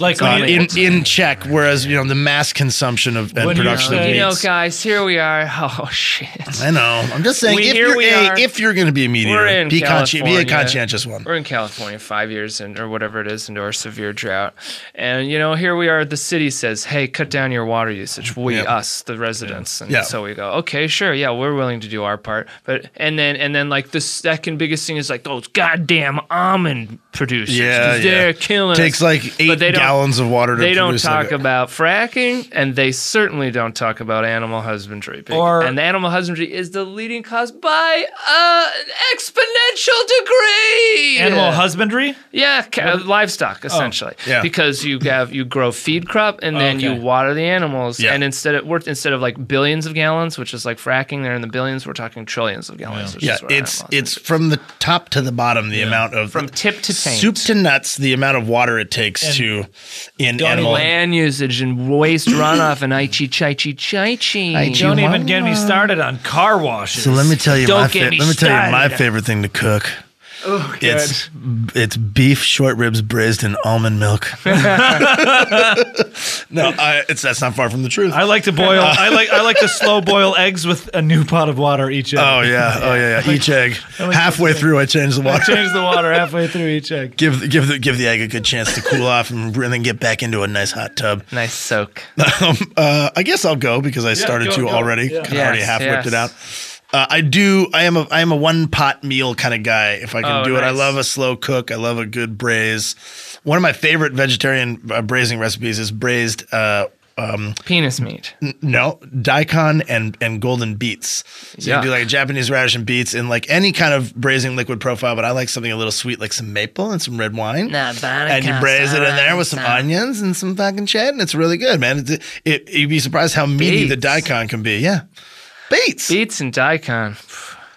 S5: Like
S4: uh,
S5: when you,
S4: in in check. Whereas you know the mass consumption of and
S5: When you
S4: production of
S5: say-
S6: You know,
S4: meats.
S6: guys, here we are. Oh shit.
S4: I know. I'm just saying
S6: We-
S4: if
S6: here
S4: you're
S6: we
S4: a,
S6: are.
S4: if you're going to be a meat
S6: We're
S4: eater,
S6: in
S4: be, consci- be a
S6: California.
S4: conscientious one.
S6: We're in California, five years in, or whatever it is, into our severe drought. And, you know, here we are. The city says, hey, cut down your water usage. We,
S4: Yeah.
S6: us, the residents. And
S4: Yeah.
S6: so we go, okay, sure. Yeah, we're willing to do our part. But, and then, and then, like, the second biggest thing is, like, those goddamn almond producers. 'cause
S4: Yeah, yeah.
S6: They're killing
S4: Takes
S6: us.
S4: like
S6: But
S4: eight
S6: they don't-
S4: gallons of water to
S6: They don't
S4: produce like
S6: talk
S4: a-
S6: about fracking, and they certainly don't talk about animal husbandry. Big-
S5: Or-
S6: and animal husbandry is the leading cause by uh, an exponential degree.
S5: animal husbandry.
S6: yeah, ca-
S5: Oh.
S6: livestock essentially.
S4: yeah.
S6: because you have you grow feed crop and then
S5: Okay.
S6: you water the animals,
S4: Yeah.
S6: and instead of we're, instead of like billions of gallons, which is like fracking, they're in the billions. We're talking trillions of gallons. which
S4: Yeah,
S6: is what
S4: it's
S6: animal
S4: it's from the top to the bottom the amount of
S6: From tip to taint.
S4: soup to nuts the amount of water it takes to in animal.
S6: land usage and waste runoff and aichi chai chi chai chi.
S5: Don't even get me started on car washes.
S4: So let me tell you
S6: Don't
S4: my
S6: get
S4: fa-
S6: me
S4: let me tell you my
S6: started.
S4: favorite thing to cook. it's it's beef short ribs braised in almond milk. no, I, it's that's not far from the truth.
S5: I like to boil. I like I like to slow boil eggs with a new pot of water each egg.
S4: oh yeah, oh yeah, yeah. Each egg halfway through, I change the water.
S5: Change the water halfway through each egg.
S4: Give give the give the egg a good chance to cool off and, and then get back into a nice hot tub.
S6: Nice soak.
S4: Um, uh, I guess I'll go because I started
S5: go,
S4: to
S5: go.
S4: already.
S5: Yeah.
S4: Kind of already
S6: Yes,
S4: half whipped it out.
S6: yes.
S4: Uh, I do. I am a. I am a one pot meal kind of guy. If I can
S6: Oh,
S4: do it, I
S6: nice.
S4: love a slow cook. I love a good braise. One of my favorite vegetarian uh, braising recipes is braised. Uh, um,
S6: Penis meat.
S4: no, daikon and and golden beets. So you
S6: Yeah.
S4: can do like a Japanese radish and beets in like any kind of braising liquid profile. But I like something a little sweet, like some maple and some red wine and you braise it in there with some onions and some fucking shit, and it's really good, man. It, it, you'd be surprised how meaty the
S6: Beets.
S4: daikon can be. Yeah, beets.
S6: Beets and daikon.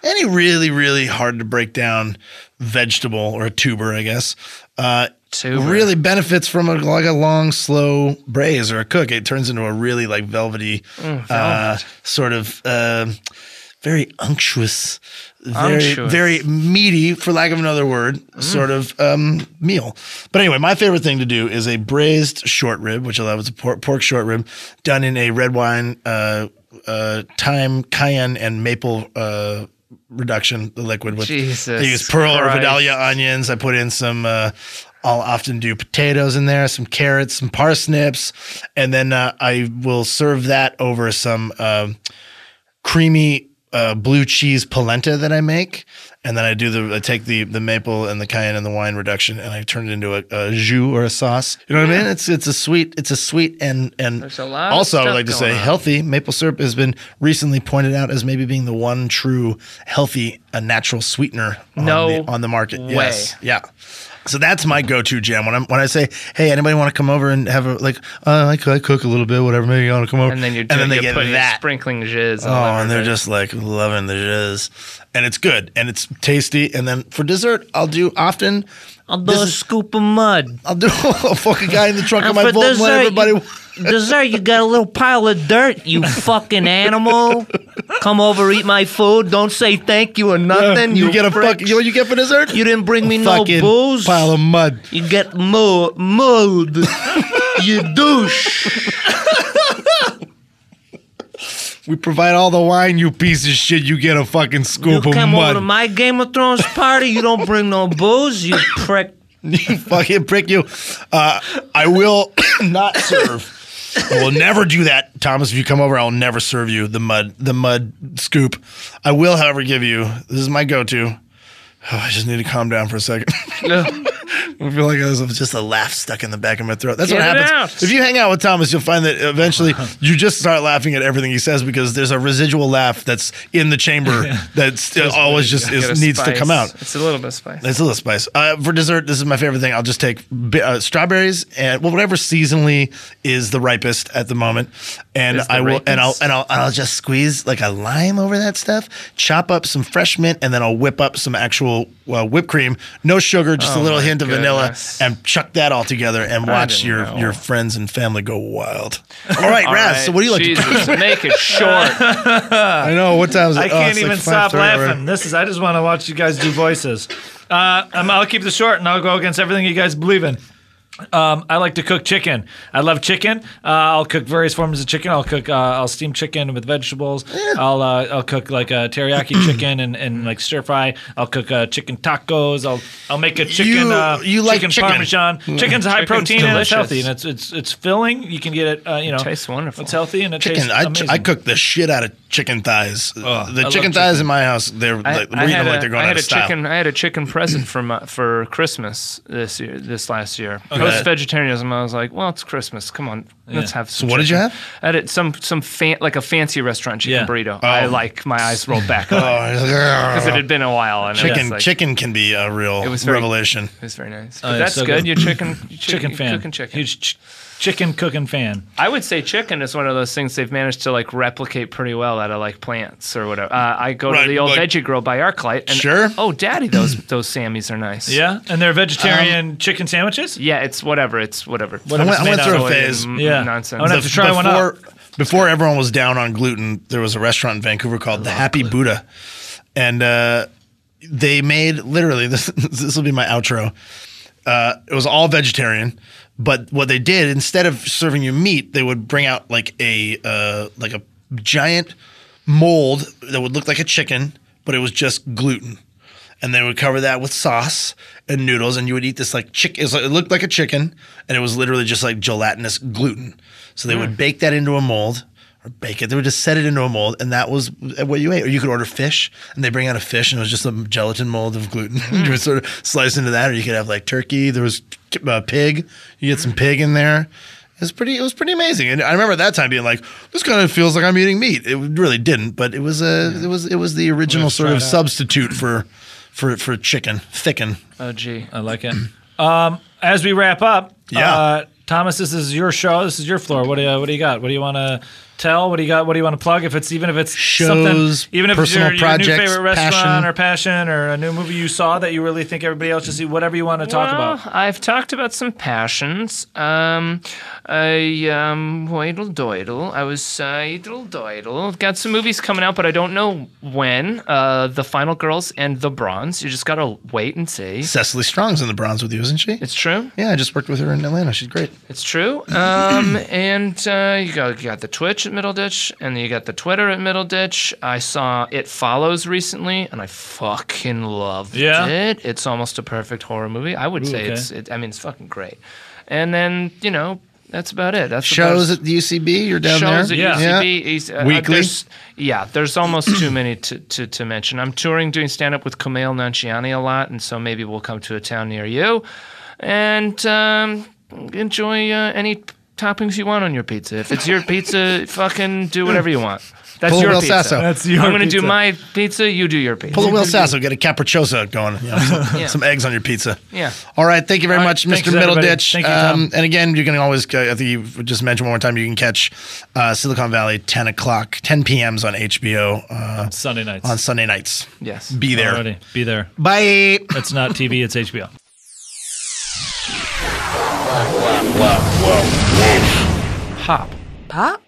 S4: Any really, really hard to break down vegetable or a tuber, I guess. Uh,
S6: Tuber.
S4: Really benefits from a, like a long, slow braise or a cook. It turns into a really like velvety, uh, sort of uh, very unctuous, very
S6: Unctuous.
S4: very meaty, for lack of another word, sort of um, meal. But anyway, my favorite thing to do is a braised short rib, which I love. It's a pork, pork short rib done in a red wine, uh, uh, thyme, cayenne, and maple. Uh, Reduction the liquid with
S6: Jesus
S4: I use pearl or
S6: Christ.
S4: Vidalia onions. I put in some. Uh, I'll often do potatoes in there, some carrots, some parsnips, and then uh, I will serve that over some um creamy uh, blue cheese polenta that I make, and then I do the I take the the maple and the cayenne and the wine reduction, and I turn it into a, a jus or a sauce. You know what I mean? It's it's a sweet it's a sweet and and
S6: a lot of
S4: also I would
S6: stuff
S4: like to
S6: going
S4: say
S6: on.
S4: healthy maple syrup has been recently pointed out as maybe being the one true healthy a natural sweetener on,
S6: No
S4: the, on the market.
S6: way.
S4: Yes, yeah. So that's my go-to jam when I'm when I say, "Hey, anybody want to come over and have a like? Uh, I, could, I cook a little bit, whatever. Maybe you want to come over."
S6: And then you're
S4: and then they
S6: you're
S4: get
S6: putting
S4: that
S6: sprinkling jizz.
S4: Oh,
S6: all over
S4: and they're
S6: it.
S4: just like loving the jizz. And it's good and it's tasty. And then for dessert, I'll do often,
S8: I'll do a
S4: This is-
S8: scoop of mud.
S4: I'll do a fucking guy in the trunk of
S8: And
S4: my
S8: for
S4: Volkswagen.
S8: dessert,
S4: Everybody,
S8: you- dessert, you got a little pile of dirt, you fucking animal. Come over, eat my food. Don't say thank you or nothing.
S4: you, get a
S8: prick.
S4: fuck. You know what you get for dessert?
S8: You didn't bring me no
S4: fucking
S8: booze.
S4: pile of mud.
S8: You get mo- mold. you douche.
S4: We provide all the wine, you piece of shit. You get a fucking
S8: You
S4: scoop of
S8: come over
S4: mud.
S8: to my Game of Thrones party, you don't bring no booze, you prick.
S4: you fucking prick you. Uh, I will not serve. I will never do that, Thomas. If you come over, I'll never serve you the mud, the mud scoop. I will, however, give you. This is my go-to. Oh, I just need to calm down for a second. I feel like there's just a laugh stuck in the back of my throat. That's what
S6: Get it
S4: happens.
S6: out.
S4: If you hang out with Thomas, you'll find that eventually you just start laughing at everything he says because there's a residual laugh that's in the chamber that's that always just
S6: Get
S4: is,
S6: a
S4: needs to
S6: spice.
S4: come out.
S6: It's a little bit of spice.
S4: It's a little spice. Uh, for dessert, this is my favorite thing. I'll just take bi- uh, strawberries and well, whatever seasonally is the ripest at the moment, and
S6: Is the
S4: I will and I'll
S6: ripest?
S4: and I'll and I'll just squeeze like a lime over that stuff. Chop up some fresh mint, and then I'll whip up some actual uh, whipped cream, no sugar, just a little
S6: Oh my
S4: hint of vanilla,
S6: goodness.
S4: and chuck that all together and watch
S6: didn't
S4: your
S6: know.
S4: your friends and family go wild. All right,
S6: All
S4: Raz.
S6: right,
S4: So what do you like? to
S6: Jesus, make it short.
S4: I know what time is it?
S5: I
S4: Oh,
S5: can't
S4: it's like
S5: even stop
S4: 5:30 already.
S5: laughing. This is. I just want to watch you guys do voices. Uh, I'm, I'll keep this short, and I'll go against everything you guys believe in. Um, I like to cook chicken. I love chicken. Uh, I'll cook various forms of chicken. I'll cook. Uh, I'll steam chicken with vegetables. I'll uh, I'll cook like a teriyaki chicken and, and like stir fry. I'll cook uh, chicken tacos. I'll I'll make a chicken.
S4: You-
S5: uh,
S4: you like chicken. Mm.
S5: parmesan? Chicken's high
S6: Chicken's
S5: protein and it's
S6: delicious.
S5: healthy and it's it's it's filling. You can get it. Uh, you know,
S6: tastes wonderful.
S5: It's healthy and it
S4: chicken.
S5: tastes
S4: I,
S5: amazing.
S4: I cook the shit out of chicken thighs. the
S6: love
S4: chicken thighs in my house, they're like, we're eating them like they're going out
S6: I had
S4: of
S6: a
S4: style.
S6: chicken. I had a chicken present for my, for Christmas this year, this last year. Post vegetarianism, I was like, well, it's Christmas. Come on, let's have. Some
S4: what did you
S6: chicken.
S4: have?
S6: I had it- some some fan, like a fancy restaurant chicken
S5: Yeah.
S6: burrito. I like my eyes rolled back because
S4: Oh,
S6: it had been a while. And it
S4: chicken,
S6: was like,
S4: chicken can be a real
S6: was very-
S4: revelation.
S6: It was very nice.
S5: yeah,
S4: Oh,
S6: But that's
S5: so
S6: good.
S5: good.
S6: Your chicken,
S5: chicken
S6: you chicken,
S5: fan.
S6: Cooking chicken.
S5: Huge ch- chicken cooking fan.
S6: I would say chicken is one of those things they've managed to like replicate pretty well out of like plants or whatever. Uh, I go
S4: Right,
S6: to the old
S4: like-
S6: veggie grill by Arclight. And,
S4: Sure.
S6: Oh, daddy, those those Sammys are nice.
S5: Yeah, and they're vegetarian chicken sandwiches.
S6: Yeah, it's whatever. It's whatever.
S4: I went,
S5: it's
S4: I went
S5: made
S4: through
S5: out
S4: a
S5: of
S4: phase.
S6: Mm,
S5: Yeah.
S6: Nonsense.
S5: I wanna have to try one out.
S4: Before everyone was down on gluten, there was a restaurant in Vancouver called the Happy Buddha, and uh, they made literally this. This will be my outro. Uh, it was all vegetarian, but what they did instead of serving you meat, they would bring out like a uh, like a giant mold that would look like a chicken, but it was just gluten. And they would cover that with sauce and noodles, and you would eat this like chick. It, was like- it looked like a chicken, and it was literally just like gelatinous gluten. So they would bake that into a mold, or bake it. They would just set it into a mold, and that was what you ate. Or you could order fish, and they bring out a fish, and it was just a gelatin mold of gluten. you would sort of slice into that, or you could have like turkey. There was uh, pig. You get some pig in there. It was pretty. It was pretty amazing, and I remember at that time being like, "This kind of feels like I'm eating meat." It really didn't, but it was a. It was it was the original sort of substitute for, for for chicken thicken.
S6: Oh, gee.
S5: I like it. um, as we wrap up,
S4: Yeah.
S5: uh, Thomas, this is your show. This is your floor. What do you, what do you got? What do you want to tell? What do you got? What do you want to plug? If it's even if it's
S4: Shows,
S5: something, even if it's
S4: personal
S5: your, your new
S4: projects,
S5: favorite restaurant
S4: passion.
S5: or passion or a new movie you saw that you really think everybody else should see, whatever you want to talk
S6: Well,
S5: about.
S6: I've talked about some passions. Um, I um, hoidle doidle. I was uh, idle doidle. Got some movies coming out, but I don't know when. Uh, the Final Girls and The Bronze. You just gotta wait and see.
S4: Cecily Strong's in the bronze with you, isn't she?
S6: It's true.
S4: yeah, I just worked with her in Atlanta. She's great.
S6: It's true. Um, and uh, you, got, you got the Twitch at Middle Ditch, and you got the Twitter at Middle Ditch. I saw It Follows recently, and I fucking loved
S5: Yeah?
S6: it. It's almost a perfect horror movie. I would say
S5: okay.
S6: it's. It, I mean, it's fucking great. And then you know that's about it. That's about
S4: Shows
S6: as-
S4: at the UCB. You're down
S6: shows
S4: there.
S6: at
S4: Yeah.
S6: UCB. He's, uh,
S4: Weekly?
S6: there's- yeah, there's almost too many to, to, to mention. I'm touring doing stand up with Kumail Nanjiani a lot, and so maybe we'll come to a town near you and um, enjoy uh, any toppings you want on your pizza. If it's your pizza, fucking do whatever you want. That's
S4: Pull a
S6: your
S4: Will
S6: pizza.
S4: Sasso.
S5: That's your
S6: I'm gonna do
S5: pizza.
S6: my pizza. You do your pizza.
S4: Pull a Will Sasso, get a capricciosa going. you know, some,
S6: Yeah.
S4: some eggs on your pizza.
S6: Yeah.
S4: All right. Thank you very
S5: All right,
S4: much,
S5: thanks,
S4: Mr. Middle
S5: everybody.
S4: Ditch. Um,
S5: Thank you, Tom.
S4: and again, you can always, uh, I think you just mentioned one more time, you can catch uh, Silicon Valley 10 o'clock, 10 p.m.s on HBO uh,
S5: Sunday nights.
S4: on Sunday nights.
S6: Yes.
S4: Be there.
S5: Already. Be there.
S4: Bye.
S5: It's not TV. It's HBO.
S6: Pop.
S9: Pop.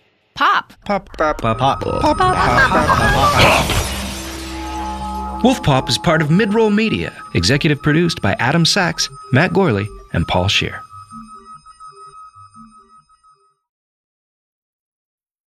S9: Pop.
S10: Wolf Pop is part of Midroll Media, executive produced by Adam Sachs, Matt Gorley, and Paul Shear.